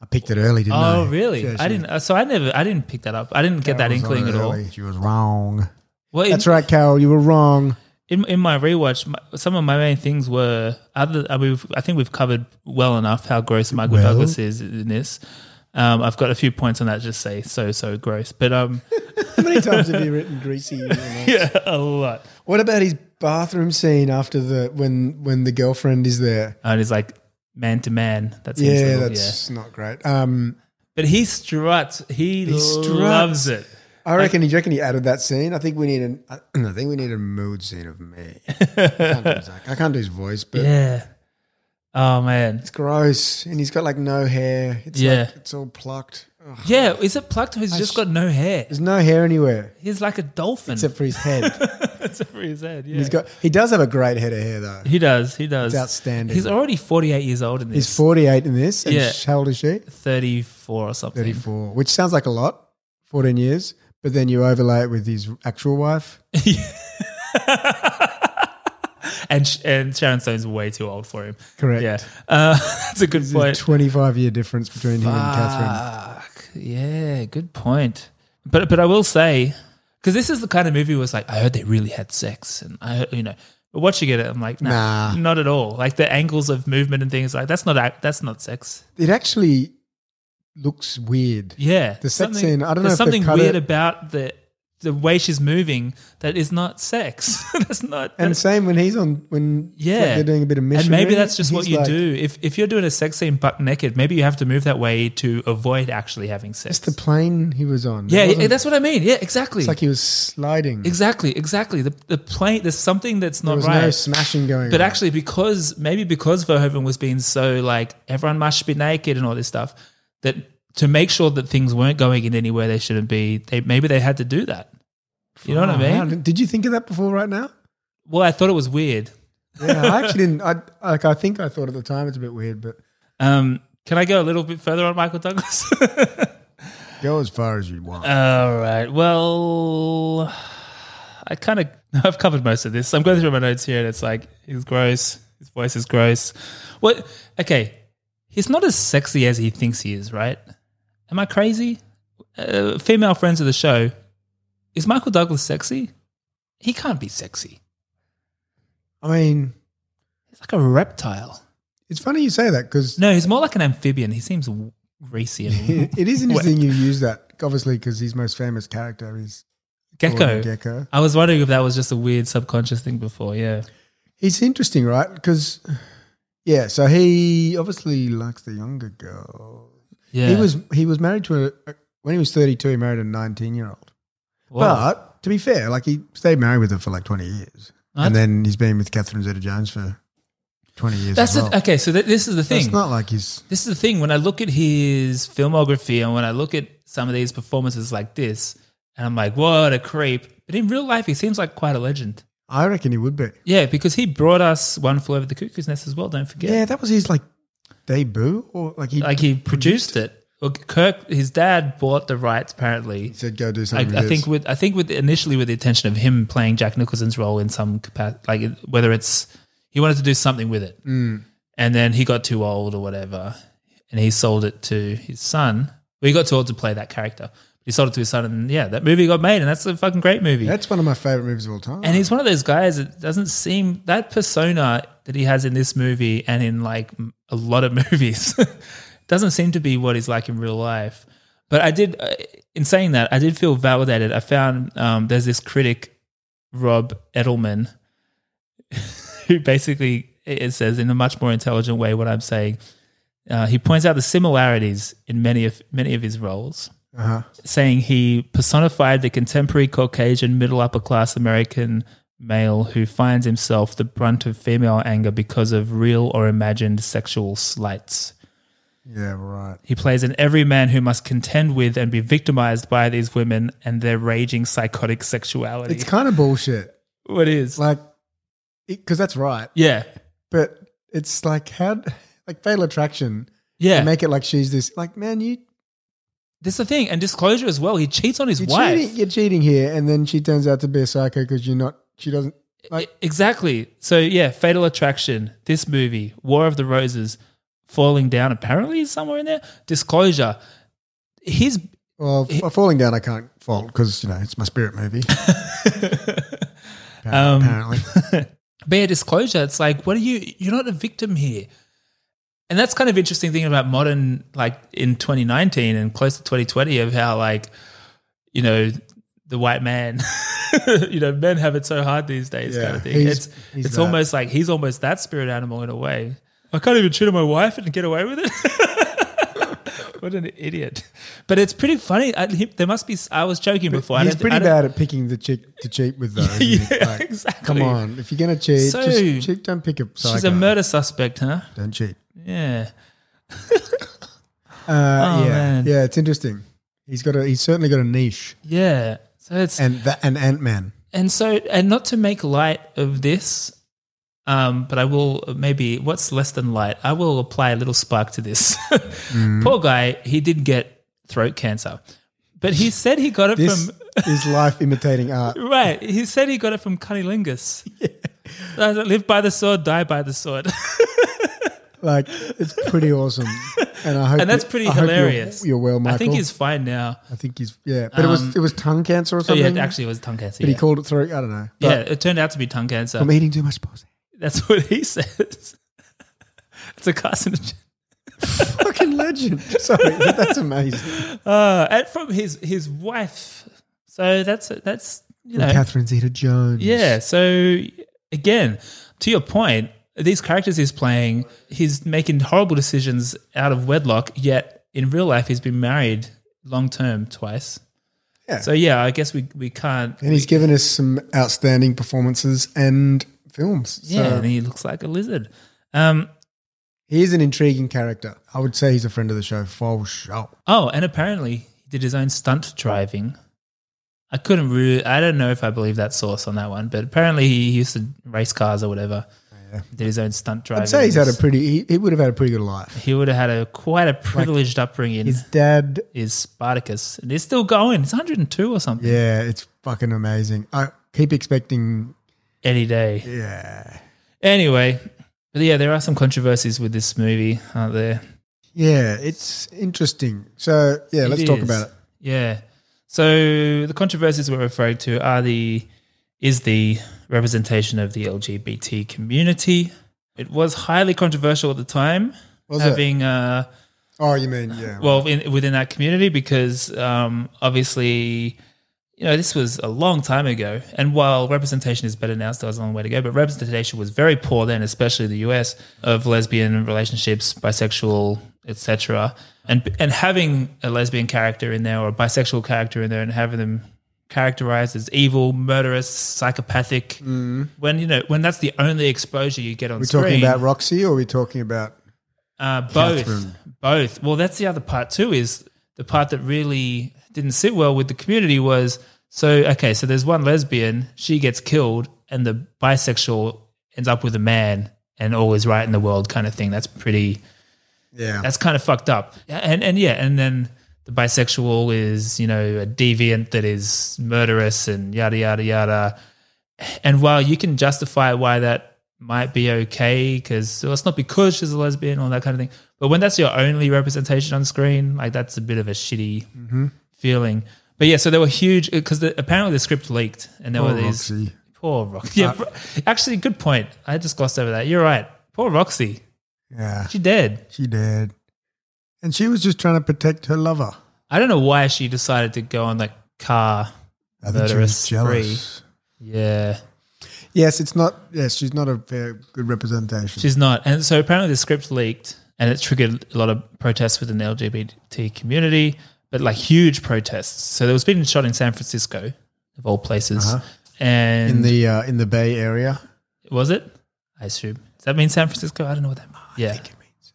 I picked it early, didn't I?
Oh, really?
Yeah,
I
she-
didn't. uh, So I never. I didn't pick that up. I didn't get that
was on
inkling
it
at all.
early. She was wrong.
Well, in,
That's right, Carol. You were wrong.
in, in my rewatch, my, some of my main things were other. I mean, I think we've covered well enough how gross Michael
Well.
Douglas is in this. Um, I've got a few points on that. Just say so so gross, but um,
How many times have you written greasy?
yeah, a lot.
What about his bathroom scene after the when when the girlfriend is there?
And it's like man to man. That seems a
Yeah,
little-
that's not great. Um,
But he struts. He,
struts.
loves it.
I reckon. do you reckon he added that scene? I think we need an. I I think we need a mood scene of me. I can't do his, I can't do his voice, but
Yeah. Oh man.
it's gross. And he's got like no hair. It's
Yeah.
like, it's all plucked. Ugh.
Yeah. Is it plucked or he's just got no hair?
There's no hair anywhere
He's like a dolphin.
except for his head.
Except for his head. Yeah.
He's got. He does have a great head of hair though.
He does. He does.
It's outstanding.
He's already 48 years old in this.
He's 48 in this. And
Yeah.
sh- How old is she?
34 or something.
34, which sounds like a lot, 14 years. But then you overlay it with his actual wife.
And sh- and Sharon Stone's way too old for him.
Correct.
Yeah. Uh, that's a good point.
There's a 25 year difference between him and Catherine.
Fuck. Yeah, good point. But but I will say because this is the kind of movie where it's like I heard they really had sex and I heard, you know but watching it I'm like nah,
Nah.
not at all like the angles of movement and things like that's not act- that's not sex
It actually looks weird.
Yeah,
The sex
something-
scene, I don't know
There's
if they've
something
cut
weird
it.
about the the way she's moving that is not sex. that's not.
And
that-
same when he's on when it's like
yeah,
they're doing a bit of
And
missionary.
maybe that's just what
he's
you
like,
do. If if you're doing a sex scene butt naked, maybe you have to move that way to avoid actually having sex.
It's the plane he was on. It
yeah,
wasn't-
yeah, that's what I mean. Yeah, exactly.
it's like he was sliding.
exactly, exactly. The the plane. There's something that's
There
not
was
right.
no smashing going.
But
on.
actually, because maybe because Verhoeven was being so like everyone must be naked and all this stuff, that to make sure that things weren't going in anywhere they shouldn't be, they maybe they had to do that. You know what
Oh,
I
wow.
mean?
Did you think of that before? Right now?
Well, I thought it was weird.
Yeah, I actually didn't. I like. I think I thought at the time it's a bit weird, but
Um, can I go a little bit further on Michael Douglas?
go as far as you want.
all right. Well, I kind of I've covered most of this. So I'm going through my notes here, and it's like he's gross. His voice is gross. What? Okay, he's not as sexy as he thinks he is, right? Am I crazy? Uh, female friends of the show. Is Michael Douglas sexy? He can't be sexy.
I mean,
He's like a reptile.
it's funny you say that because
No, he's more like an amphibian. He seems w- greasy and
it is interesting you use that. Obviously, because his most famous character is
gecko.
Gordon Gecko.
I was wondering if that was just a weird subconscious thing before. Yeah.
It's interesting, right? Because yeah, so he obviously likes the younger girl.
Yeah.
He was he was married to a, a- when he was thirty two. He married a nineteen year old.
Wow.
But to be fair, like he stayed married with her for like twenty years, and
That's-
then he's been with Catherine Zeta Jones for twenty years.
That's
as
it.
well.
okay. So th- this is the
So
thing.
It's not like he's
this is the thing. When I look at his filmography and when I look at some of these performances like this, and I'm like, what a creep. But in real life, he seems like quite a legend.
I reckon he would be.
Yeah, because he brought us One Flew Over the Cuckoo's Nest as well. Don't forget.
Yeah, that was his like debut or like he
like he produced it. Look, Kirk, his dad bought the rights. Apparently, he
said, "Go do
I,
something."
I think with I think with initially with the intention of him playing Jack Nicholson's role in some capacity, like it- whether it's he wanted to do something with it, and then he got too old or whatever, and he sold it to his son. Well, he got too old to play that character. He sold it to his son, and yeah, that movie got made, and that's a fucking great movie.
that's one of my favorite movies of all time.
And he's one of those guys that doesn't seem that persona that he has in this movie and in like m- a lot of movies doesn't seem to be what he's like in real life. But I did, uh, in saying that, I did feel validated. I found um, there's this critic, Rob Edelman, who basically it says in a much more intelligent way what I'm saying. Uh, he points out the similarities in many of many of his roles saying he personified the contemporary Caucasian middle upper class American male who finds himself the brunt of female anger because of real or imagined sexual slights.
yeah, right.
He plays an everyman who must contend with and be victimized by these women and their raging psychotic sexuality.
It's kind of bullshit.
what is?
Like, because that's right.
yeah.
But it's like how like Fatal Attraction.
Yeah.
they make it like she's this. Like, man, you
This is the thing. And disclosure as well. He cheats on his
you're
wife.
cheating. You're cheating here, and then she turns out to be a psycho because you're not. She doesn't. Like,
E-, Exactly. So yeah, Fatal Attraction, this movie, War of the Roses, Falling Down, apparently is somewhere in there. Disclosure. His
well, f- falling down, I can't fault because you know it's my spirit movie.
Um,
apparently,
bare disclosure, it's like, what are you you're not a victim here. And that's kind of interesting thing about modern like in twenty nineteen and close to twenty twenty of how like, you know, the white man you know, men have it so hard these days
Yeah,
kind of thing.
he's-
It's
he's
it's
that.
almost like he's almost that spirit animal in a way. I can't even cheat on my wife and get away with it. what an idiot! But it's pretty funny. I, he, there must be. I was joking before. I
he's
don't-
pretty
I don't-
bad at picking the chick to cheat with though. isn't he?
Yeah, exactly.
Come on, if you're gonna cheat,
So-
just cheat. Don't pick a psycho.
She's a murder suspect, huh?
Don't cheat.
Yeah.
Uh, yeah,
Oh, man.
yeah, it's interesting. He's got a. He's certainly got a niche,
Yeah. So it's and,
and that and Ant Man.
so and not to make light of this, um, but I will maybe what's less than light. I will apply a little spark to this.
Mm.
Poor guy, he did get throat cancer, but he said he got it
This
from
is life imitating art.
right. He said he got it from cunnilingus. Live by the sword, die by the sword.
Like it's pretty awesome, and I hope
and that's
you-
pretty
I hope you're-
hilarious.
You're, well, Michael.
I think he's fine now.
I think he's yeah, but it was it was tongue cancer or
Oh
something.
yeah, actually, it was tongue cancer.
but
yeah.
he called it throat. I don't know. But
yeah, it turned out to be tongue cancer.
I'm eating too much pussy.
That's what he says. it's a carcinogen.
Fucking legend. Sorry, but that's amazing.
Uh, and from his his wife. So that's that's you know
Catherine Zeta-Jones.
yeah. So again, to your point, these characters he's playing, he's making horrible decisions out of wedlock. Yet in real life, he's been married long term twice.
Yeah.
So yeah, I guess we we can't.
and he's given us some outstanding performances and films. So
Yeah, and he looks like a lizard. Um,
he is an intriguing character. I would say he's a friend of the show for sure.
Oh, and apparently he did his own stunt driving. I couldn't really, I don't know if I believe that source on that one, but apparently he used to race cars or whatever. Did his own stunt driving.
I'd say he's had a pretty. He, he would have had a pretty good life.
He would have had a quite a privileged upbringing.
His dad.
is Spartacus, and he's still going. It's 102 or something
Yeah, it's fucking amazing. I keep expecting.
any day.
Yeah.
Anyway, but yeah, there are some controversies with this movie, aren't there?
Yeah, it's interesting. So yeah, let's talk
is.
about it.
Yeah. So the controversies we're referring to are the is the representation of the LGBT community. It was highly controversial at the time,
Was it?
having uh,
Oh, you mean yeah?
well in, within that community because um, obviously you know this was a long time ago, and while representation is better now, still has a long way to go. But representation was very poor then, especially in the US, of lesbian relationships, bisexual, etc. And and having a lesbian character in there or a bisexual character in there, and having them characterized as evil, murderous, psychopathic, when you know when that's the only exposure you get on
Mm. We're
screen.
talking about Roxy, or are we talking about
Uh, both,
Catherine.
both. Well, that's the other part too. Is the part that really didn't sit well with the community was so okay. So there's one lesbian, she gets killed, and the bisexual ends up with a man, and all is right in the world, kind of thing. That's pretty
Yeah.
That's kind of fucked up. And and yeah, and then the bisexual is, you know, a deviant that is murderous and yada yada yada. And while you can justify why that might be okay, because well, it's not because she's a lesbian or that kind of thing, but when that's your only representation on screen, like that's a bit of a shitty
Mm-hmm.
feeling. But yeah, so there were huge because the, apparently the script leaked, and there
Poor
were these
Roxy. Uh,
poor Roxy. Yeah, Ro- actually, good point. I just glossed over that. You're right. Poor Roxy.
Yeah.
She dead.
She did. And she was just trying to protect her lover.
I don't know why she decided to go on the car
I think she
murderous
was
spree.
jealous.
Yeah,
Yes, it's not. Yes, she's not a very good representation.
she's not. And so apparently the script leaked, and it triggered a lot of protests within the LGBT community, but like huge protests. So there was being shot in San Francisco, of all places, and
Uh-huh. in the uh, in the Bay Area.
was it? I assume does that mean San Francisco? I don't know what that means. yeah.
Ah,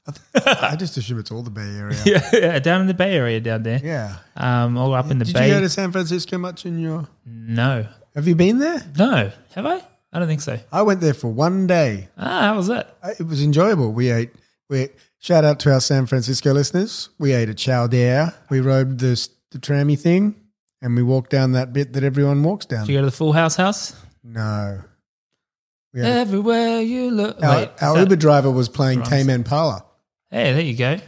I, think, I just assume it's all the Bay Area. Yeah.
yeah, yeah, down in the Bay Area, down there. Um, all up in the
Did
Bay.
you go to San Francisco much in your?
no,
Have you been there?
no, have I? I don't think so.
I went there for one day.
Ah, how was that?
I- It was enjoyable. We ate. We shout out to our San Francisco listeners. We ate at Chow Dare. We rode the s- the trammy thing, and we walked down that bit that everyone walks down.
Did you go to the Full House house?
No. We had-
Everywhere you look.
our
Wait,
our
is that-
Uber driver was playing
Right.
Tame Impala,
Hey, there you go.
and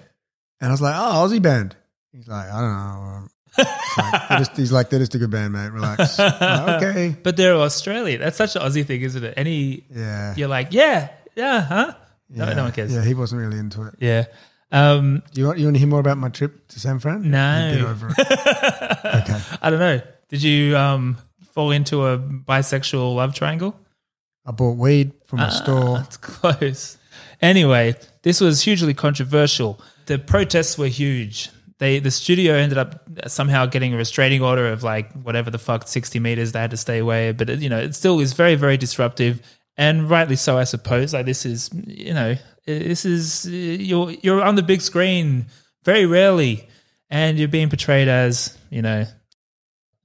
I was like, "Oh, Aussie band." He's like, "I don't know." It's like, they're just- he's like, "They're just a good band, mate. Relax." I'm like, okay.
But they're Australian. That's such an Aussie thing, isn't it? Any,
Yeah.
you're like, yeah, yeah, huh? No,
yeah.
no one cares.
Yeah,
Yeah.
he wasn't really into it.
Um,
You want you want to hear more about my trip to San Fran?
No.
You've been over it. okay.
I don't know. Did you um, fall into a bisexual love triangle?
I bought weed from
Uh,
a store.
That's close. Anyway, this was hugely controversial. The protests were huge. They the studio ended up somehow getting a restraining order of like whatever the fuck sixty meters they had to stay away. But it, you know, it still is very very disruptive, and rightly so, I suppose. Like this is you know this is uh, you're you're on the big screen very rarely, and you're being portrayed as you know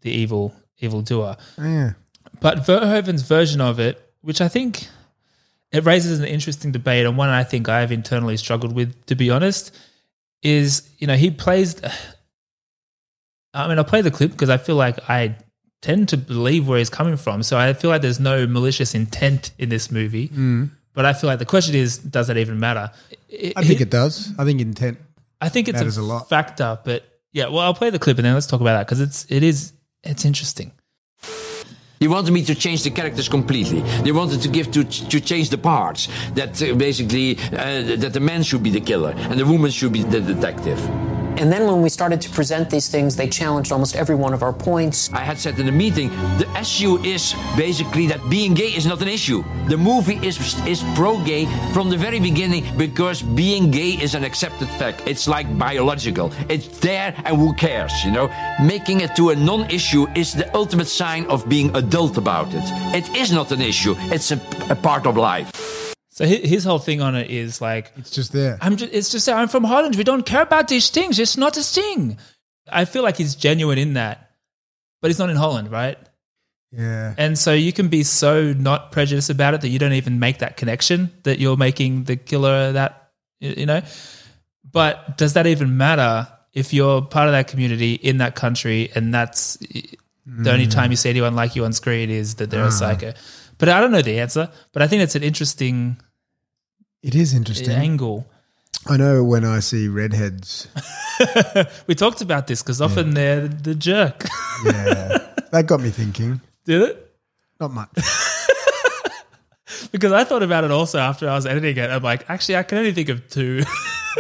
the evil evil doer.
Yeah.
But Verhoeven's version of it, which I think it raises an interesting debate and one I think I've internally struggled with, to be honest, is, you know, he plays. I mean, I'll play the clip because I feel like I tend to believe where he's coming from. So I feel like there's no malicious intent in this movie. But I feel like the question is, does that even matter?
Mm. I think it does. I think intent.
I think it's
matters
a,
a lot.
factor, but yeah. Well, I'll play the clip and then let's talk about that because it's it is it's interesting.
You wanted me to change the characters completely. They wanted to give to to change the parts. That uh, basically uh, that the man should be the killer and the woman should be the detective.
And then when we started to present these things, they challenged almost every one of our points.
I had said in the meeting, the issue is basically that being gay is not an issue. The movie is is pro-gay from the very beginning because being gay is an accepted fact. It's like biological. It's there and who cares, you know? Making it to a non-issue is the ultimate sign of being adult about it. It is not an issue. It's a, a part of life.
So hi- his whole thing on it is like
It's just there.
I'm just, it's just that I'm from Holland. We don't care about these things. It's not a thing. I feel like he's genuine in that, but he's not in Holland, right?
yeah.
And so you can be so not prejudiced about it that you don't even make that connection that you're making the killer that, y- you know? But does that even matter if you're part of that community in that country and that's the only time you see anyone like you on screen is that they're a psycho? But I don't know the answer, but I think it's an interesting
It is interesting.
angle.
I know when I see redheads.
We talked about this because often they're the jerk.
Yeah. that got me thinking.
Did it?
Not much.
Because I thought about it also after I was editing it. I'm like, actually, I can only think of two.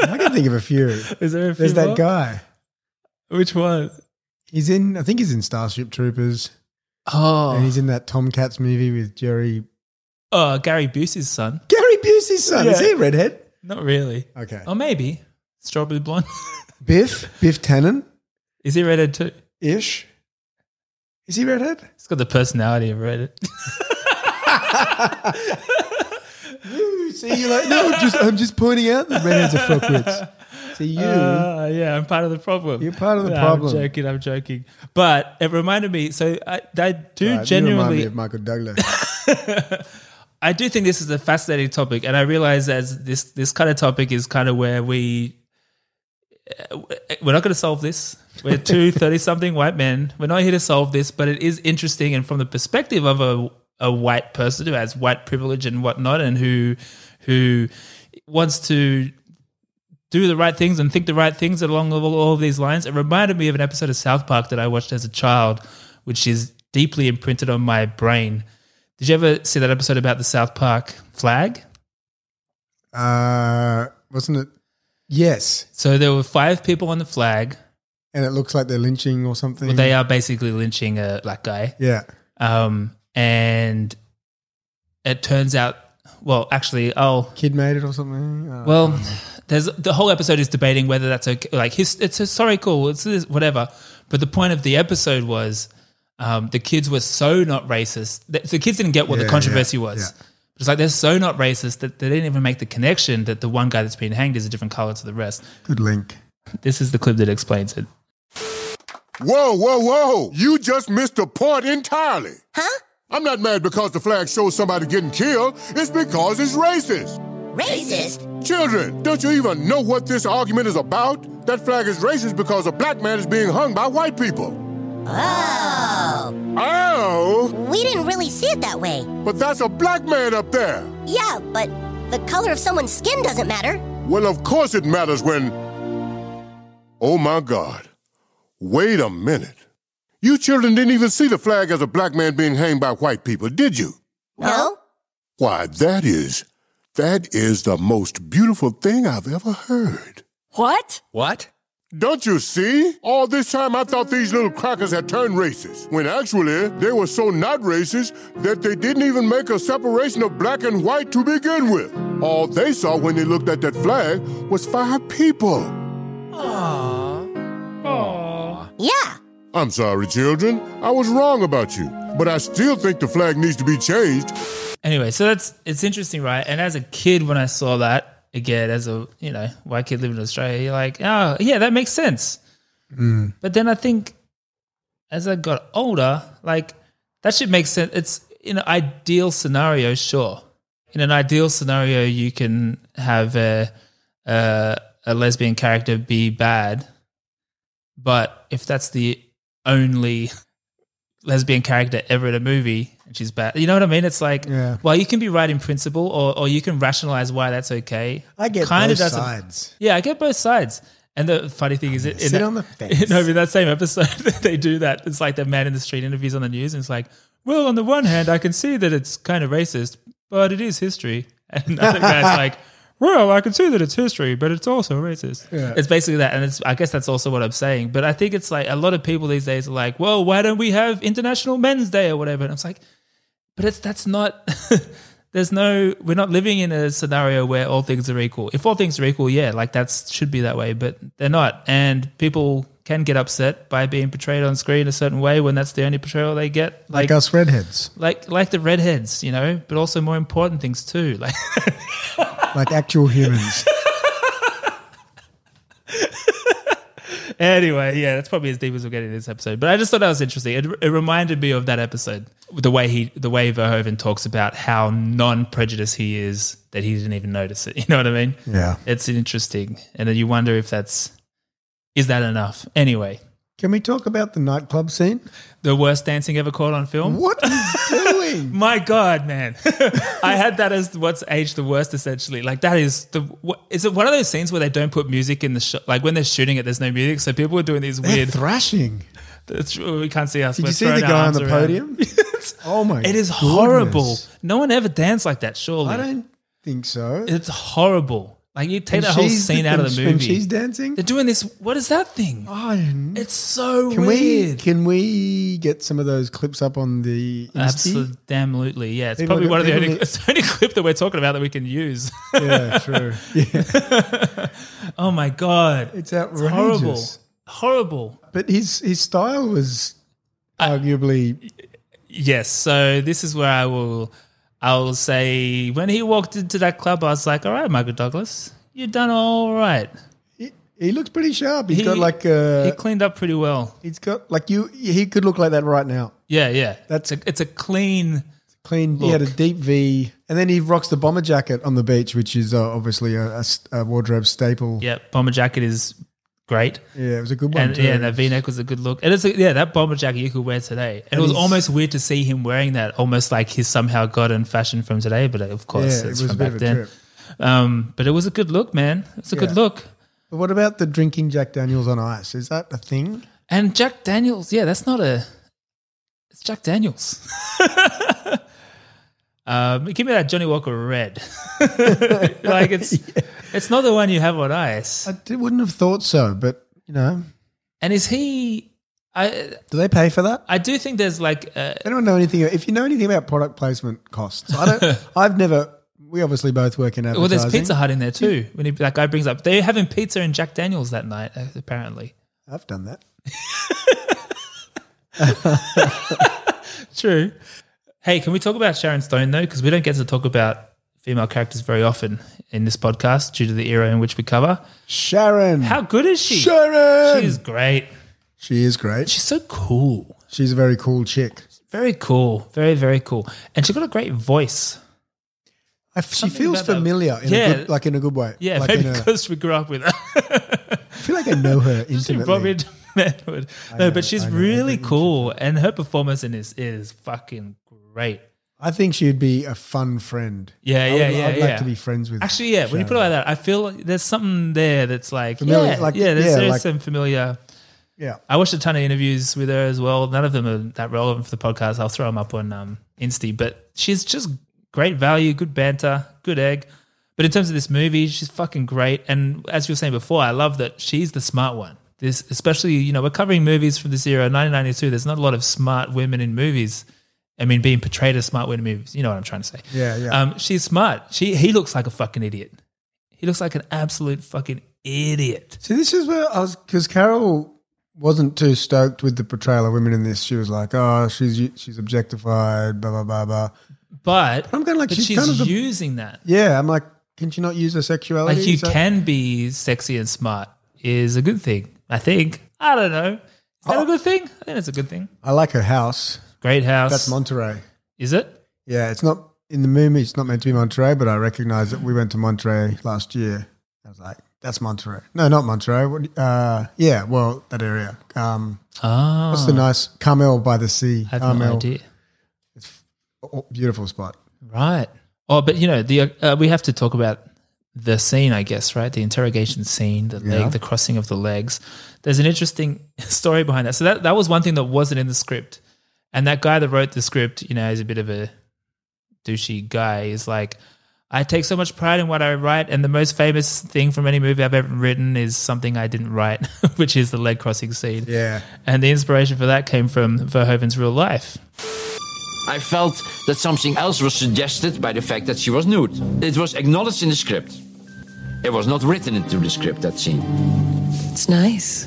I can think of a few.
Is there a few
There's that
more?
guy.
Which one?
He's in. I think he's in Starship Troopers, and
Oh,
he's in that Tomcats movie with Jerry
oh, Gary Busey's son.
Gary Busey's son. Is
Yeah.
he a redhead?
Not really.
Okay.
Or maybe Strawberry Blonde.
Biff. Biff Tannen
Is he redhead too?
ish. Is he redhead?
He's got the personality of redhead.
You see, you're like, no, I'm just, I'm just pointing out that redheads are fuckwits. See, you.
Ah, yeah, I'm part of the problem.
You're part of the
No,
problem.
I'm joking. I'm joking. But it reminded me. So I, I do
Right, you remind me
genuinely.
of Michael Douglas.
I do think this is a fascinating topic, and I realize as this this kind of topic is kind of where we uh, we're not going to solve this. We're two 30 something white men. We're not here to solve this, but it is interesting. And from the perspective of a, a white person who has white privilege and whatnot, and who, who wants to do the right things and think the right things along all, all of these lines, it reminded me of an episode of South Park that I watched as a child, which is deeply imprinted on my brain. Did you ever see that episode about the South Park flag?
Uh, wasn't it Yes.
So there were five people on the flag,
and it looks like they're lynching or something.
Well, they are basically lynching a black guy.
Yeah.
Um, and it turns out, well, actually, oh,
kid made it or something. Uh,
well, know. there's the whole episode is debating whether that's okay. Like his, it's historical, it's this, whatever. But the point of the episode was. Um, the kids were so not racist. The, the kids didn't get what yeah, the controversy yeah, was. Yeah. It's like they're so not racist that they didn't even make the connection that the one guy that's been hanged is a different color to the rest.
Good link.
This is the clip that explains it.
Whoa, whoa, whoa! You just missed the point entirely.
Huh?
I'm not mad because the flag shows somebody getting killed. It's because it's racist.
Racist?
Children, don't you even know what this argument is about? That flag is racist because a black man is being
Um,
hung by white people.
Oh.
Oh.
We didn't really see it that way.
But that's a black man up there.
Yeah, but the color of someone's skin doesn't matter.
Well, of course it matters when. Oh my God. Wait a minute. You children didn't even see the flag as a black man being hanged by white people, did you?
No.
Why, that is. That is the most beautiful thing I've ever heard.
What?
What?
Don't you see? All this time I thought these little crackers had turned racist, when actually they were so not racist that they didn't even make a separation of black and white to begin with. All they saw when they looked at that flag was five people.
Aww. Aww.
Yeah.
I'm sorry, children. I was wrong about you, but I still think the flag needs to be changed.
Anyway, so that's it's interesting, right? And as a kid, when I saw that, again as a you know white kid living in Australia, you're like, oh yeah, that makes sense.
Mm.
But then I think as I got older, like that should make sense. It's in an ideal scenario, sure. In an ideal scenario, you can have a a, a lesbian character be bad, but if that's the only lesbian character ever in a movie and she's bad. You know what I mean? It's like,
yeah.
well, you can be right in principle or, or you can rationalize why that's okay.
I get Kinda both sides.
Yeah, I get both sides. And the funny thing is, it,
sit
that,
on the fence.
You know, in that same episode, they do that. It's like the man in the street interviews on the news, and it's like, well, on the one hand, I can see that it's kind of racist, but it is history. And another guy's like, well, I can see that it's history, but it's also racist.
Yeah.
It's basically that, and it's I guess that's also what I'm saying. But I think it's like a lot of people these days are like, well, why don't we have International Men's Day or whatever? And I'm like, but it's that's not. there's no. We're not living in a scenario where all things are equal. If all things are equal, yeah, like that should be that way, but they're not, and people can get upset by being portrayed on screen a certain way when that's the only portrayal they get.
Like, like us redheads.
Like like the redheads, you know, but also more important things too. Like
like actual humans.
anyway, yeah, that's probably as deep as we're getting this episode. But I just thought that was interesting. It, it reminded me of that episode, the way he, the way Verhoeven talks about how non-prejudiced he is that he didn't even notice it. You know what I mean?
Yeah,
it's interesting, and then you wonder if that's is that enough? Anyway.
Can we talk about the nightclub scene?
The worst dancing ever caught on film.
What are you doing?
My God, man! I had that as what's aged the worst. Essentially, like that is the. What, is it one of those scenes where they don't put music in the sh- like when they're shooting it? There's no music, so people are doing these
They're
weird
thrashing.
That's, we can't see us.
Did you see the guy on the podium? oh my!
It is goodness. horrible. No one ever danced like that. Surely,
I don't think so.
It's horrible. Like you take and that whole scene out of the movie.
And she's dancing.
They're doing this. What is that thing?
I don't
It's so
can
weird.
We, can we get some of those clips up on the Insta?
Absolutely. Yeah, it's people probably one of the only, it's the only clip that we're talking about that we can use.
yeah, true. Yeah.
oh my god,
it's outrageous.
It's horrible. Horrible.
But his his style was arguably.
Uh, yes. So this is where I will. I'll say when he walked into that club, I was like, "All right, Michael Douglas, you done all right."
He, he looks pretty sharp. He's he, got like uh, a,
he cleaned up pretty well.
He's got like you. He could look like that right now.
Yeah, yeah. That's a it's a clean,
Clean. He had a
Look.
deep V, and then he rocks the bomber jacket on the beach, which is uh, obviously a, a s- a wardrobe staple.
Yep, bomber jacket is great.
Yeah, it was a good one
And
too.
yeah, that V neck was a good look. And it's a, yeah, that bomber jacket you could wear today. And,
And
it was
he's-
almost weird to see him wearing that, almost like he's somehow gotten fashion from today. But of course,
Yeah, it
it's
was
from
a bit
back
of a
then.
trip.
Um, but it was a good look, man. It's a good
Yeah.
look.
But what about the drinking Jack Daniels on ice? Is that a thing?
And Jack Daniels, yeah, that's not a. It's Jack Daniels. um, give me that Johnny Walker Red. like it's, it's not the one you have on ice.
I d- wouldn't have thought so, but you know,
And is he? I
do they pay for that?
I do think there's like uh,
I don't know anything. If you know anything about product placement costs, I don't. I've never. We obviously both work in advertising.
well, there's Pizza Hut in there too. When he, that guy brings up, they're having pizza and Jack Daniels that night. uh, Apparently,
I've done that.
true. Hey, can we talk about Sharon Stone though? Because we don't get to talk about female characters very often in this podcast due to the era in which we cover.
Sharon.
How good is she?
Sharon.
she's great.
She is great.
She's so cool.
She's a very cool chick.
Very cool. Very very cool. And she got a great voice.
I, she
Something
feels
about that-
familiar, in
Yeah.
a good, like in a good way.
Yeah,
like
maybe
in a,
because we grew up with her.
I feel like I know her
She brought me
intimately.
into manhood.
I
No,
know,
but she's
I know,
really cool, and her performance in this is fucking great.
I think she'd be a fun friend.
Yeah,
I would-
yeah, yeah.
I'd
yeah.
like to be friends with.
Actually, yeah. When you put it like that, I feel like there's something there that's like
Familiar,
yeah,
like-
yeah. There's,
yeah,
there's
like-
some familiar.
Yeah.
I watched a ton of interviews with her as well. None of them are that relevant for the podcast. I'll throw them up on um, Insta. But she's just great value, good banter, good egg. But in terms of this movie, she's fucking great. And as you were saying before, I love that she's the smart one. This, especially, you know, we're covering movies from this era, 1992. There's not a lot of smart women in movies. I mean, being portrayed as smart women in movies. You know what I'm trying to say.
Yeah, yeah.
Um, she's smart. She he looks like a fucking idiot. He looks like an absolute fucking idiot.
See, this is where I was because Carol wasn't too stoked with the portrayal of women in this. She was like, "Oh, she's she's objectified, blah blah blah blah."
But
I'm kind of like,
but
she's
she's,
kind of the-
using that.
Yeah, I'm like, can she not use her sexuality?
Like you
Is that-
can be sexy and smart is a good thing. I think. I don't know. Is that a good thing? I think it's a good thing.
I like her house.
Great house.
That's Monterey.
Is it?
Yeah, it's not in the movie. It's not meant to be Monterey, but I recognise that we went to Monterey last year. I was like, "That's Monterey." No, not Monterey. What, uh, yeah, well, that area. Um,
Ah.
what's the nice Carmel by the sea?
I have
Carmel,
no idea.
Oh, beautiful spot.
Right. Oh, but you know, the uh, we have to talk about the scene, I guess, right? The interrogation scene, the
Yeah.
leg, the crossing of the legs. There's an interesting story behind that. So that that was one thing that wasn't in the script. And that guy that wrote the script, you know, is a bit of a douchey guy. Is like, I take so much pride in what I write, and the most famous thing from any movie I've ever written is something I didn't write, which is the leg crossing scene.
Yeah.
And the inspiration for that came from Verhoeven's real life.
I felt that something else was suggested by the fact that she was nude. It was acknowledged in the script. It was not written into the script, that scene.
It's nice.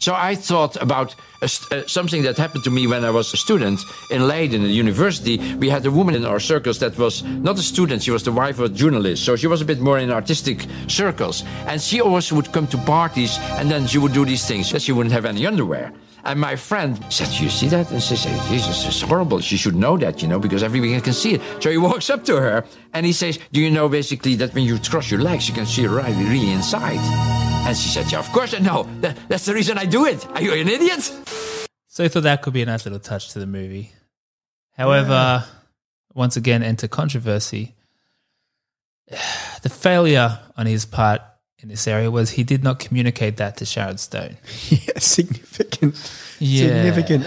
So I thought about a st- uh, something that happened to me when I was a student in Leiden, at university. We had a woman in our circles that was not a student, she was the wife of a journalist. So she was a bit more in artistic circles. And she always would come to parties and then she would do these things that she wouldn't have any underwear. And my friend said, You see that? And she said, Jesus, it's horrible. She should know that, you know, because every weekend can see it. So he walks up to her and he says, Do you know basically that when you cross your legs, you can see right really inside? And she said, Yeah, of course I know. That, that's the reason I do it. Are you an idiot?
So I thought that could be a nice little touch to the movie. However, once again, enter controversy. The failure on his part in this area was he did not communicate that to Sharon Stone.
yeah, significant,
Yeah.
significant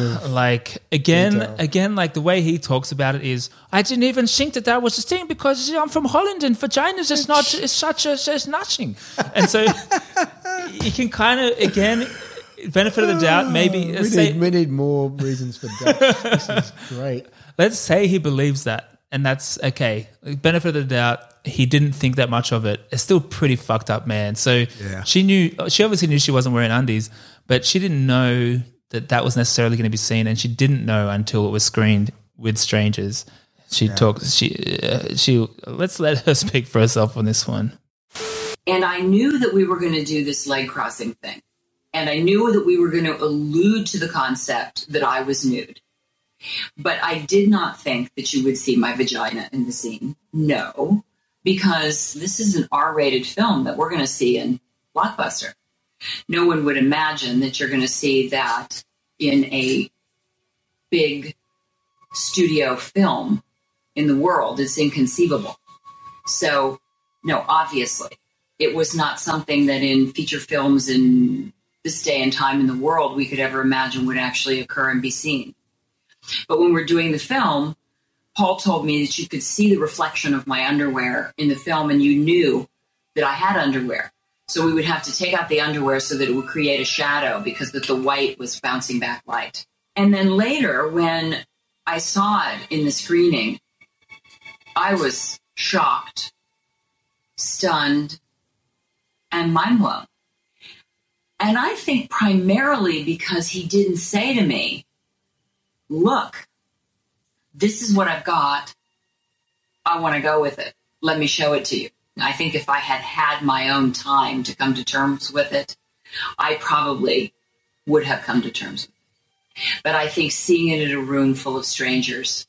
of.
Like again,
Detail.
again, like the way he talks about it is, I didn't even think that that was a thing because I'm from Holland and vaginas is not is such a is nothing. And so you can kind of again benefit of the doubt. Maybe uh,
we,
say,
need, we need more reasons for that. this is great.
Let's say he believes that, and that's okay. Benefit of the doubt, he didn't think that much of it. It's still pretty fucked up, man. So
Yeah.
she knew, she obviously knew she wasn't wearing undies, but she didn't know that that was necessarily going to be seen, and she didn't know until it was screened with strangers. She talks. She uh, she. Let's let her speak for herself on this one.
And I knew that we were going to do this leg crossing thing. And I knew that we were going to allude to the concept that I was nude. But I did not think that you would see my vagina in the scene. No, because this is an R rated film that we're going to see in Blockbuster. No one would imagine that you're going to see that in a big studio film in the world. It's inconceivable. So, no, obviously, it was not something that in feature films in this day and time in the world we could ever imagine would actually occur and be seen. But when we're doing the film, Paul told me that you could see the reflection of my underwear in the film and you knew that I had underwear. So we would have to take out the underwear so that it would create a shadow because that the white was bouncing back light. And then later when I saw it in the screening, I was shocked, stunned, and mind blown. And I think primarily because he didn't say to me, look, this is what I've got. I want to go with it. Let me show it to you. I think if I had had my own time to come to terms with it, I probably would have come to terms with it. But I think seeing it in a room full of strangers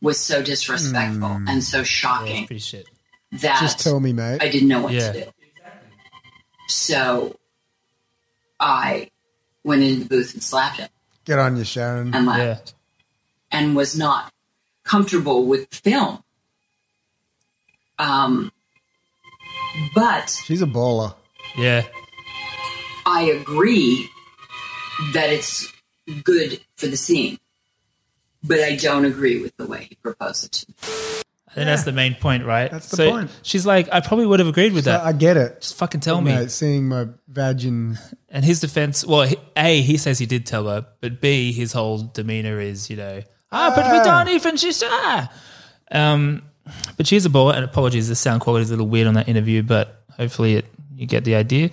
was so disrespectful
Mm.
and so shocking
pretty shit.
that
Just tell me, mate.
I didn't know what
Yeah.
to do. So I went into the booth and slapped him
Get on you, Sharon.
and left and was not comfortable with the film. Um, but
She's a baller.
Yeah.
I agree that it's good for the scene, but I don't agree with the way he proposed it to me.
I think that's the main point, right? That's
the point.
She's like, I probably would have agreed with that.
I get it.
Just fucking tell me.
Mate, seeing my vagin.
And his defense, well, he- A, he says he did tell her, but B, his whole demeanor is, you know, ah, but we don't even, she's, ah. Um, but she's a baller, and apologies, the sound quality is a little weird on that interview, but hopefully it, you get the idea.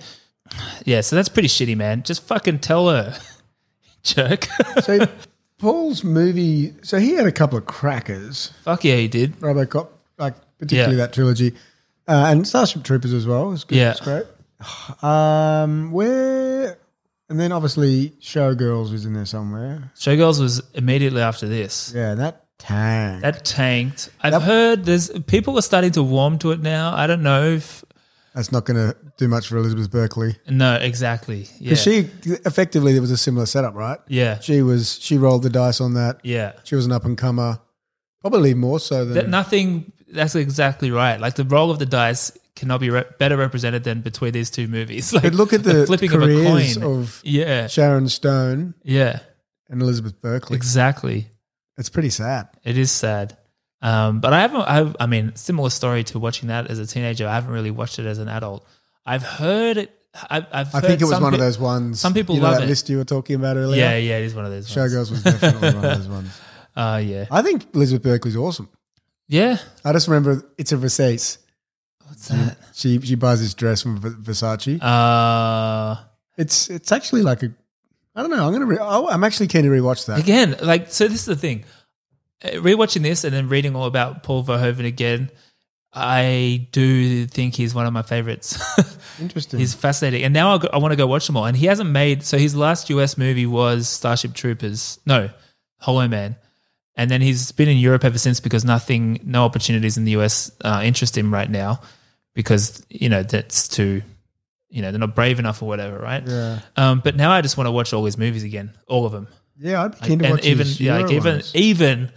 Yeah, so that's pretty shitty, man. Just fucking tell her, jerk.
so Paul's movie. So he had a couple of crackers.
Fuck yeah, he did.
Robocop, like particularly that trilogy, uh, and Starship Troopers as well. It was good.
Yeah.
It was great. Um, where and then obviously Showgirls was in there somewhere.
Showgirls was immediately after this.
Yeah, that tanked.
That tanked. I've heard there's people are starting to warm to it now. I don't know if
That's not going to do much for Elizabeth Berkeley.
no exactly. Yeah.
Because she effectively there was a similar setup, right?
Yeah.
she was. She rolled the dice on that.
Yeah.
she was an up and comer, probably more so than
that nothing. That's exactly right. Like the role of the dice cannot be re- better represented than between these two movies. Like
but look at the,
flipping of a
careers
coin.
of,
yeah,
Sharon Stone
yeah,
and Elizabeth Berkley.
exactly.
It's pretty sad.
It is sad. Um, but I haven't. I've, I mean, similar story to watching that as a teenager. I haven't really watched it as an adult. I've heard it. I've, I've
I
heard
think it was
some
one of
pe-
those ones.
Some people
you know
love
that
it.
list you were talking about earlier.
Yeah, yeah, it is one of those. ones.
Showgirls was definitely one of those ones.
Uh, yeah,
I think Elizabeth Berkley's awesome.
yeah.
I just remember it's a Versace.
What's that?
She she buys this dress from V- Versace.
Uh,
it's it's actually like a. I don't know. I'm gonna. Re- oh, I'm actually keen to rewatch that.
Again, like so. This is the thing. Uh, Rewatching this and then reading all about Paul Verhoeven again, I do think he's one of my favorites.
Interesting.
he's fascinating, and now I, go, I want to go watch them all. And he hasn't made so his last US movie was Starship Troopers. No, Hollow Man. And then he's been in Europe ever since because nothing, no opportunities in the US uh, interest him right now because you know that's too, you know they're not brave enough or whatever, right?
Yeah.
Um, but now I just want to watch all his movies again, all of them.
Yeah, I'd be
Like,
keen to
and
watch
even
his
yeah, like
Euro
even e-
ones.
even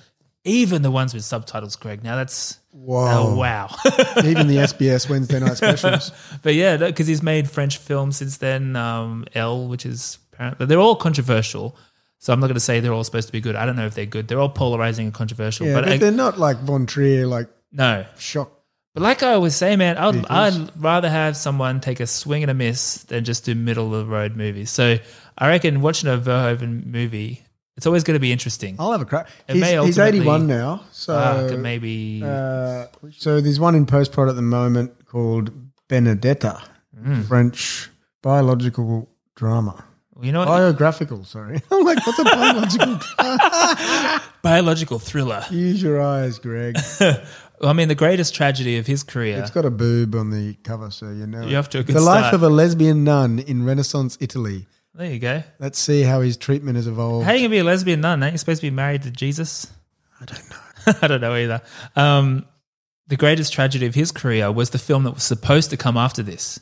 even the ones with subtitles, Greg. Now that's
Whoa.
oh, wow.
even the SBS Wednesday night specials.
but yeah, because he's made French films since then. Um, L, which is apparent, but they're all controversial. So I'm not going to say they're all supposed to be good. I don't know if they're good. They're all polarizing and controversial.
Yeah, but,
but I,
they're not like Von Trier, like
no
shock.
But like I always say, man, I'd,
Vehicles.
I'd rather have someone take a swing and a miss than just do middle of the road movies. So I reckon watching a Verhoeven movie, it's always going to be interesting.
I'll have a crack.
It
He's,
may
he's
ultimately-
81 now, so
Ah, it maybe
Uh, so there's one in post prod at the moment called Benedetta,
Mm.
French biological drama.
you know what?
biographical, sorry. I'm like, what's a biological?
biological thriller.
Use your eyes, Greg.
I mean, the greatest tragedy of his career.
It's got a boob on the cover, so you know.
You
it.
have to a good
The life
start.
of a lesbian nun in Renaissance Italy.
There you go.
Let's see how his treatment has evolved.
How you gonna be a lesbian nun? Ain't you supposed to be married to Jesus? I don't know. I don't know either. Um, the greatest tragedy of his career was the film that was supposed to come after this.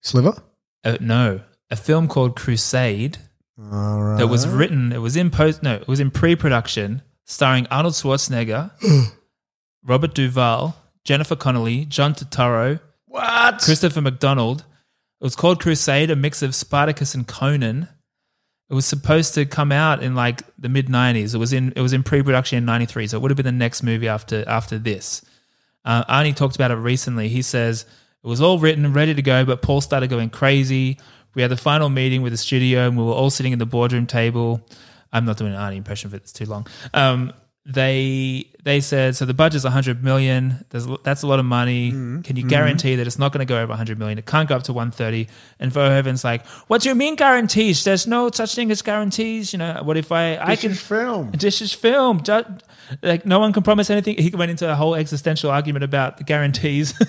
Sliver?
Uh, no, a film called Crusade
All right.
that was written. It was in post. No, it was in pre-production, starring Arnold Schwarzenegger, Robert Duvall, Jennifer Connelly, John Turturro,
what
Christopher McDonald. It was called Crusade, a mix of Spartacus and Conan. It was supposed to come out in like the mid '90s. It was in it was in pre-production in '93, so it would have been the next movie after after this. Uh, Arnie talked about it recently. He says it was all written, ready to go, but Paul started going crazy. We had the final meeting with the studio, and we were all sitting at the boardroom table. I'm not doing an Arnie impression for it's too long. Um, they they said so the budget's 100 million. There's that's a lot of money.
Mm-hmm.
Can you
Mhm.
guarantee that it's not going to go over 100 million? It can't go up to 130. And Verhoeven's like, what do you mean guarantees? There's no such thing as guarantees. You know, what if I I
This
can
is film.
This is film. Ju- Like no one can promise anything. He went into a whole existential argument about the guarantees.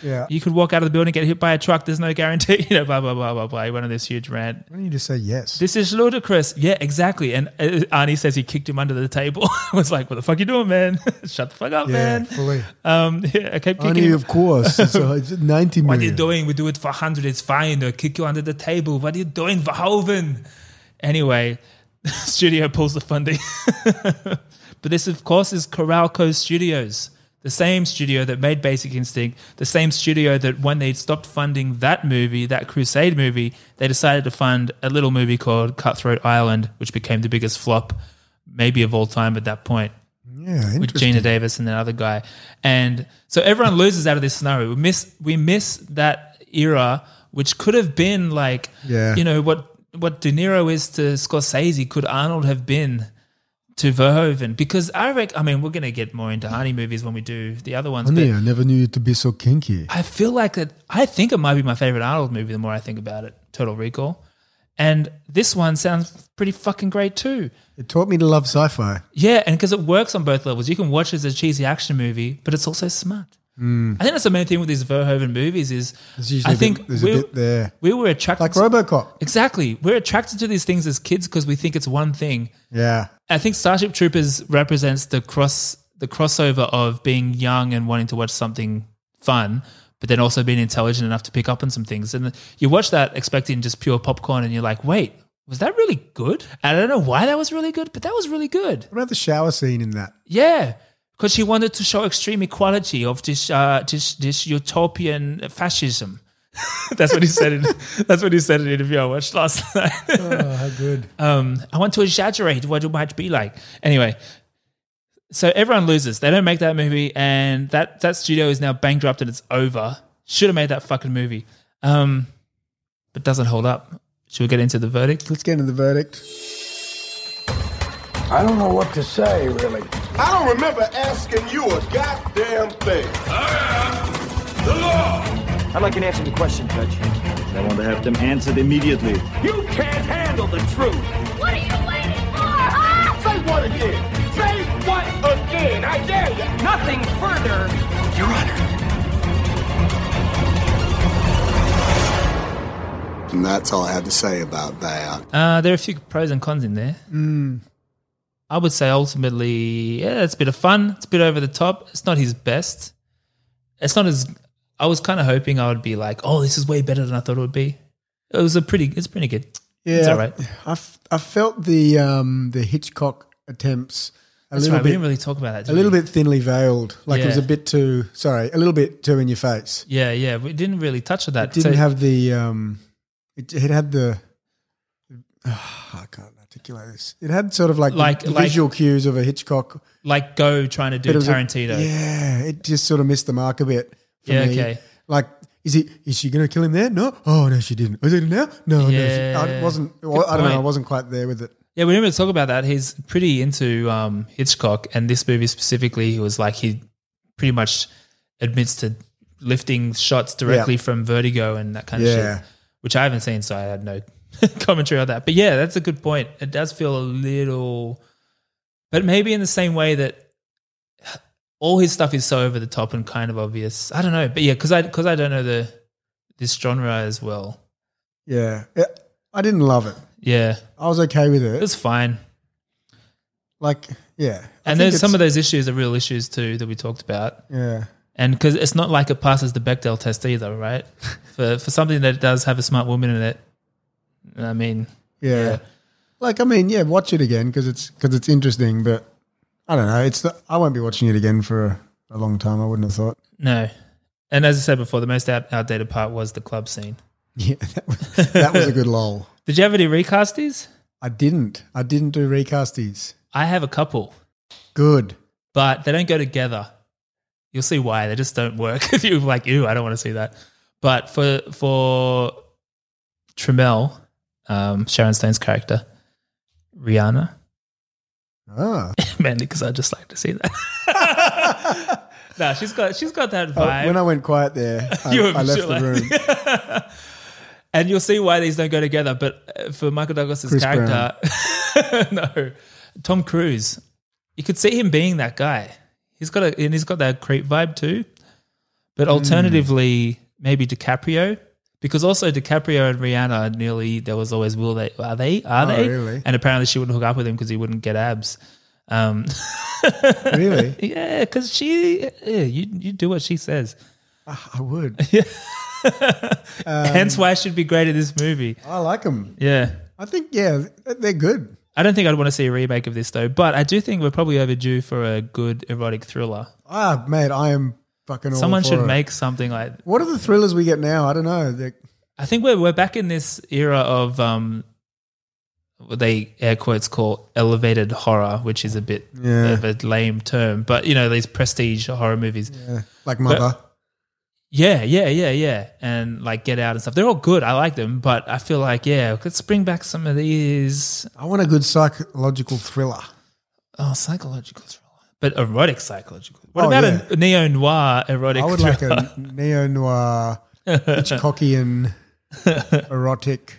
Yeah.
You could walk out of the building, get hit by a truck. There's no guarantee. You know, blah blah blah blah blah. He went on this huge rant.
Why don't you just say yes?
This is ludicrous. Yeah, exactly. And uh, Arnie says he kicked him under the table. I was like, "What the fuck you doing, man? Shut the fuck up,
Yeah,
man!"
fully.
Um, yeah, I kept kicking.
Only
him.
of course. It's, uh, it's 90
what are you
million.
doing? We do it for hundred. It's fine. They'll kick you under the table. What are you doing, Verhoeven? Anyway, studio pulls the funding. but this, of course, is Coralco Studios, the same studio that made Basic Instinct, the same studio that when they stopped funding that movie, that Crusade movie, they decided to fund a little movie called Cutthroat Island, which became the biggest flop, maybe of all time at that point
Yeah,
with Gina Davis and that other guy. And so everyone loses out of this scenario. We miss we miss that era, which could have been like
Yeah.
you know what what De Niro is to Scorsese. Could Arnold have been to Verhoeven? Because I reckon. I mean, we're gonna get more into Honey movies when we do the other ones.
Honey,
but
I never knew you to be so kinky.
I feel like that. I think it might be my favorite Arnold movie. The more I think about it, Total Recall. And this one sounds pretty fucking great too.
It taught me to love sci-fi.
Yeah, and because it works on both levels. You can watch it as a cheesy action movie, but it's also smart. I think that's the main thing with these Verhoeven movies is
Hmm. There's usually
I
a bit-
think
there's a
we,
bit there.
we were attracted
Like RoboCop.
Exactly. We're attracted to these things as kids because we think it's one thing.
Yeah.
I think Starship Troopers represents the cross the crossover of being young and wanting to watch something fun, but then also being intelligent enough to pick up on some things. And you watch that expecting just pure popcorn, and you're like, wait, was that really good? And I don't know why that was really good, but that was really good.
What about the shower scene in that?
Yeah, because she wanted to show extreme equality of this uh, this this utopian fascism. that's what he said. In, that's what he said in the interview I watched last night.
Oh, how good.
Um, I want to exaggerate what it might be like. Anyway, so everyone loses. They don't make that movie, and that that studio is now bankrupt and it's over. Should have made that fucking movie, um, but doesn't hold up. Should we get into the verdict?
Let's get into the verdict.
I don't know what to say, really.
I don't remember asking you a goddamn thing.
I'd like an answer to the question, Judge. I want to have them answered immediately. You can't handle the truth.
What are you waiting
Say what again? Say what again? I dare you. Nothing further, Your Honor.
And that's all I had to say about that.
Uh, there are a few pros and cons in there.
Hmm.
I would say ultimately, yeah, it's a bit of fun. It's a bit over the top. It's not his best. It's not as I was kind of hoping I would be like, oh, this is way better than I thought it would be. It was a pretty, it's pretty good.
Yeah,
it's all right.
I, f- I felt the um, the Hitchcock attempts a
That's
little
right,
bit.
we didn't really talk about that, did
a little
we?
bit thinly veiled. Like it was
Yeah.
a bit too. Sorry, a little bit too in your face.
Yeah, yeah, we didn't really touch on that.
It didn't
So-
have the. Um, it, it had the. I can't articulate this. It had sort of like, the
Like- like-
visual cues of a Hitchcock,
like go trying to do
but it was a-
Tarantino.
yeah, it just sort of missed the mark a bit. For
Yeah,
me.
okay.
Like, is he? Is she going to kill him there? No. Oh no, she didn't. Is it now? No, no. She,
Yeah.
I wasn't. I
Good
don't know. I
point.
wasn't quite there with it.
Yeah, we didn't really talk about that. He's pretty into um, Hitchcock, and this movie specifically, he was like he pretty much admits to lifting shots directly
Yeah.
from Vertigo and that kind
Yeah.
of shit, which I haven't seen, so I have no commentary on that. But yeah, that's a good point. It does feel a little, but maybe in the same way that all his stuff is so over the top and kind of obvious. I don't know, but yeah, because I because I don't know the this genre as well.
Yeah. Yeah. I I didn't love it.
Yeah.
I was okay with it.
It's fine.
Like, yeah. I
And
think
there's some
it's-
of those issues are real issues too that we talked about.
Yeah.
And because it's not like it passes the Bechdel test either, right? for for something that does have a smart woman in it, I mean,
Yeah. Like I mean, yeah, watch it again because it's because it's interesting. But I don't know. It's the, I won't be watching it again for a, a long time. I wouldn't have thought.
no. And as I said before, the most out- outdated part was the club scene.
Yeah, that was, that was a good lull.
Did you have any recasties?
I didn't. I didn't do recasties.
I have a couple,
Good.
but they don't go together. You'll see why they just don't work. If You're like, ew, I don't want to see that. But for for Tremel, um, Sharon Stone's character, Rihanna,
Ah.
mainly because I just like to see that. no, she's got she's got that
Oh,
vibe.
when I went quiet there, I,
You were
I left
sure
the room.
and you'll see why these don't go together. But uh, for Michael Douglas's
Chris
character, no, Tom Cruise, you could see him being that guy. He's got a and he's got that creep vibe too.
Hmm.
But alternatively, maybe DiCaprio, because also DiCaprio and Rihanna nearly there was always will they are they are
Oh,
they
really?
and apparently she wouldn't hook up with him because he wouldn't get abs. Um,
Really?
yeah, because she yeah, you you do what she says.
Ah, I would. Um,
Hence why I should be great at this movie.
I like them.
Yeah.
I think yeah, they're good.
I don't think I'd want to see a remake of this though, but I do think we're probably overdue for a good erotic thriller.
Ah, mate, I am fucking. all
Someone
for
should
it.
make something like
What are the thrillers we get now? I don't know. They're,
I think we're we're back in this era of um what they air quotes call elevated horror, which is a bit
Yeah.
of a lame term, but you know, these prestige horror movies.
yeah, like
But-
Mother.
Yeah, yeah, yeah, yeah. And like Get Out and stuff. They're all good. I like them, but I feel like, yeah, let's bring back some of these
I want a good psychological thriller.
Oh, psychological thriller. But erotic psychological. What
Oh,
about a neo noir erotic
I would
thriller?
like a neo noir, Hitchcockian, erotic.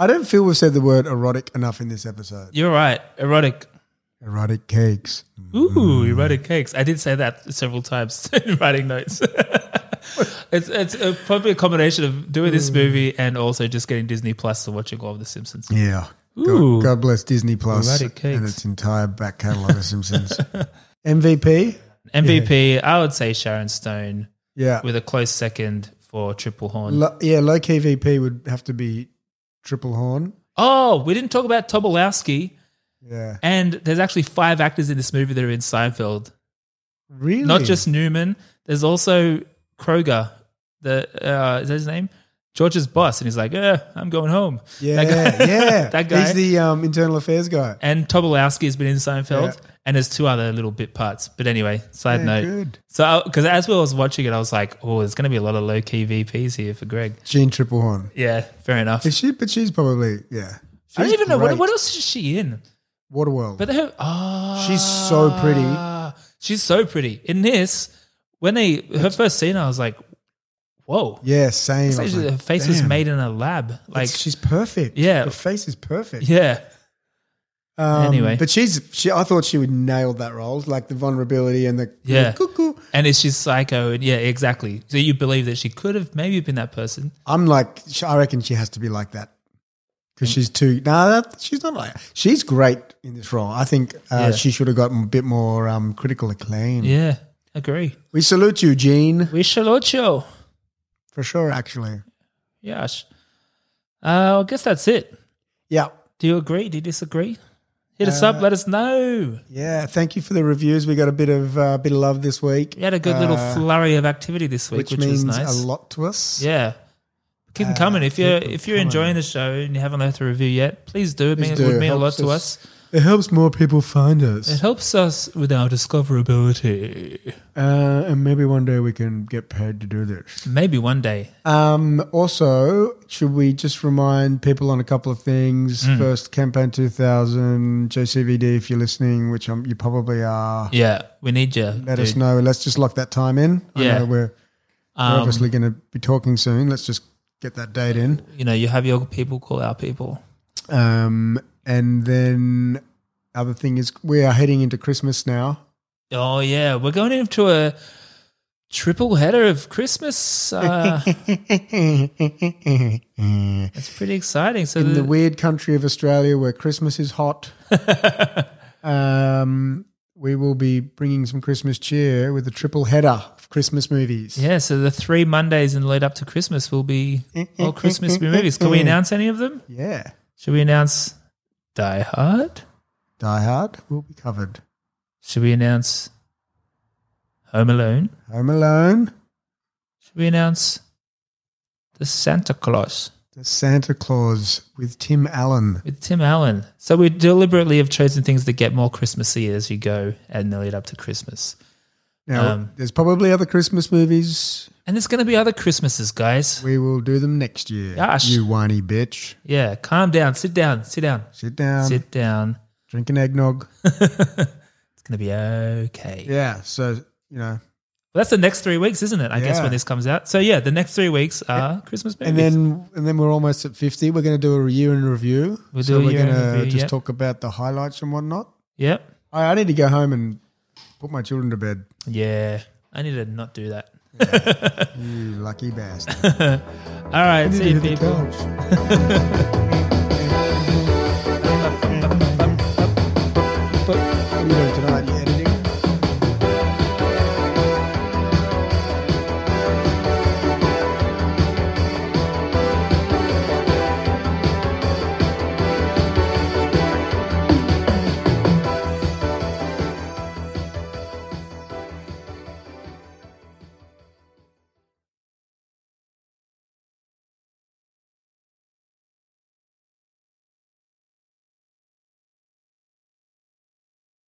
I don't feel we've said the word erotic enough in this episode.
You're right. Erotic.
Erotic cakes. Mm.
Ooh, erotic cakes. I did say that several times in writing notes. it's it's uh probably a combination of doing
Mm.
this movie and also just getting Disney Plus and watching all of The Simpsons.
Yeah.
Ooh.
God, God bless Disney Plus
Erotic cakes.
and its entire back catalogue of Simpsons. MVP?
MVP, I would say Sharon Stone.
Yeah.
With a close second for Triple Horn.
Lo- yeah, low key VP would have to be Triple Horn.
oh, we didn't talk about Tobolowski.
Yeah.
And there's actually five actors in this movie that are in Seinfeld.
Really?
Not just Newman. There's also Kroger. The uh, is that his name? George's boss, and he's like, "Yeah, I'm going home."
Yeah,
That guy-
yeah.
that guy.
He's the um, internal affairs guy.
and Tobolowski has been in Seinfeld,
Yeah.
and there's two other little bit parts. But anyway, side
Yeah,
note.
good.
So, because as we was watching it, I was like, "Oh, there's going to be a lot of low key VPs here for Greg."
Gene Triplehorn.
Yeah, fair enough.
Is she? But she's probably yeah.
I don't
She's
even know what,
great.
what else is she in.
Waterworld.
But her, oh,
She's so pretty.
She's so pretty in this. When they her first scene, I was like, "Whoa!"
yeah, same.
It's
I was
actually-
like,
her face was
damn.
made in a lab. Like,
It's- she's perfect.
Yeah.
her face is perfect.
yeah,
Um,
Anyway.
but she's she. I thought she would nail that role, like the vulnerability and the
yeah.
the cuckoo.
And is she psycho? And yeah, exactly. So you believe that she could have maybe been that person.
I'm like, sh- I reckon she has to be like that because
Mm.
she's too. No, that, she's not like. She's great in this role. I think uh,
Yeah.
she should have gotten a bit more um, critical acclaim.
Yeah, agree.
We salute you, Gene,
We salute you.
for sure. Actually,
Yes. Uh, I guess that's it.
yeah,
Do you agree? Do you disagree? Hit us
Uh,
up. Let us know.
yeah. Thank you for the reviews. We got a bit of uh, bit of love this week.
We had a good little
Uh,
flurry of activity this week,
which,
which,
means
was nice.
a lot to us.
Yeah. Keep them coming.
Uh,
If you're if you're enjoying the show and you haven't left a review yet, please do. It, mean,
Please
it
do.
would mean a lot
Helps
to
us.
us.
It helps more people find us,
It helps us with our discoverability.
uh, and maybe one day we can get paid to do this.
Maybe one day.
Um, also, should we just remind people on a couple of things?
Hmm.
First, Campaign 2000, JCVD, if you're listening, which um, you probably are,
Yeah, we need you.
let us know. Let's just lock that time in. I
Yeah.
know we're, we're
Um,
obviously going to be talking soon. Let's just get that date in.
You know, you have your people call our people.
Um, and then, other thing is, we are heading into Christmas now.
Oh yeah, we're going into a Triple header of Christmas. Uh, that's pretty exciting. So
in the,
the,
weird country of Australia where Christmas is hot, um, we will be bringing some Christmas cheer with a triple header of Christmas movies.
yeah, so the three Mondays in lead up to Christmas will be all Christmas movies. Can we announce any of them?
Yeah.
Should we announce Die Hard?
Die Hard will be covered.
Should we announce Home Alone?
Home Alone,
Should we announce the Santa Claus
The Santa Claus with Tim Allen.
with Tim Allen? So we deliberately have chosen things that get more Christmassy as you go and the lead up to Christmas.
Now,
Um,
there's probably other Christmas movies.
And there's going to be other Christmases, guys.
We will do them next year.
Gosh.
You whiny bitch.
Yeah, calm down. Sit down. Sit down.
Sit down.
Sit down.
Drink an eggnog.
It's going to be okay.
Yeah. So, you know.
Well, that's the next three weeks, isn't it? I guess
Yeah.
when this comes out. So yeah, the next three weeks are Christmas movies.
And then and then we're almost at 50. We're going to do a year in review.
We'll
so
do a
we're
year in
gonna
review,
just
yep.
talk about the highlights and whatnot.
yep.
I, I need to go home and put my children to bed.
Yeah. I need to not do that.
You lucky bastard.
All right. See you, people.
people.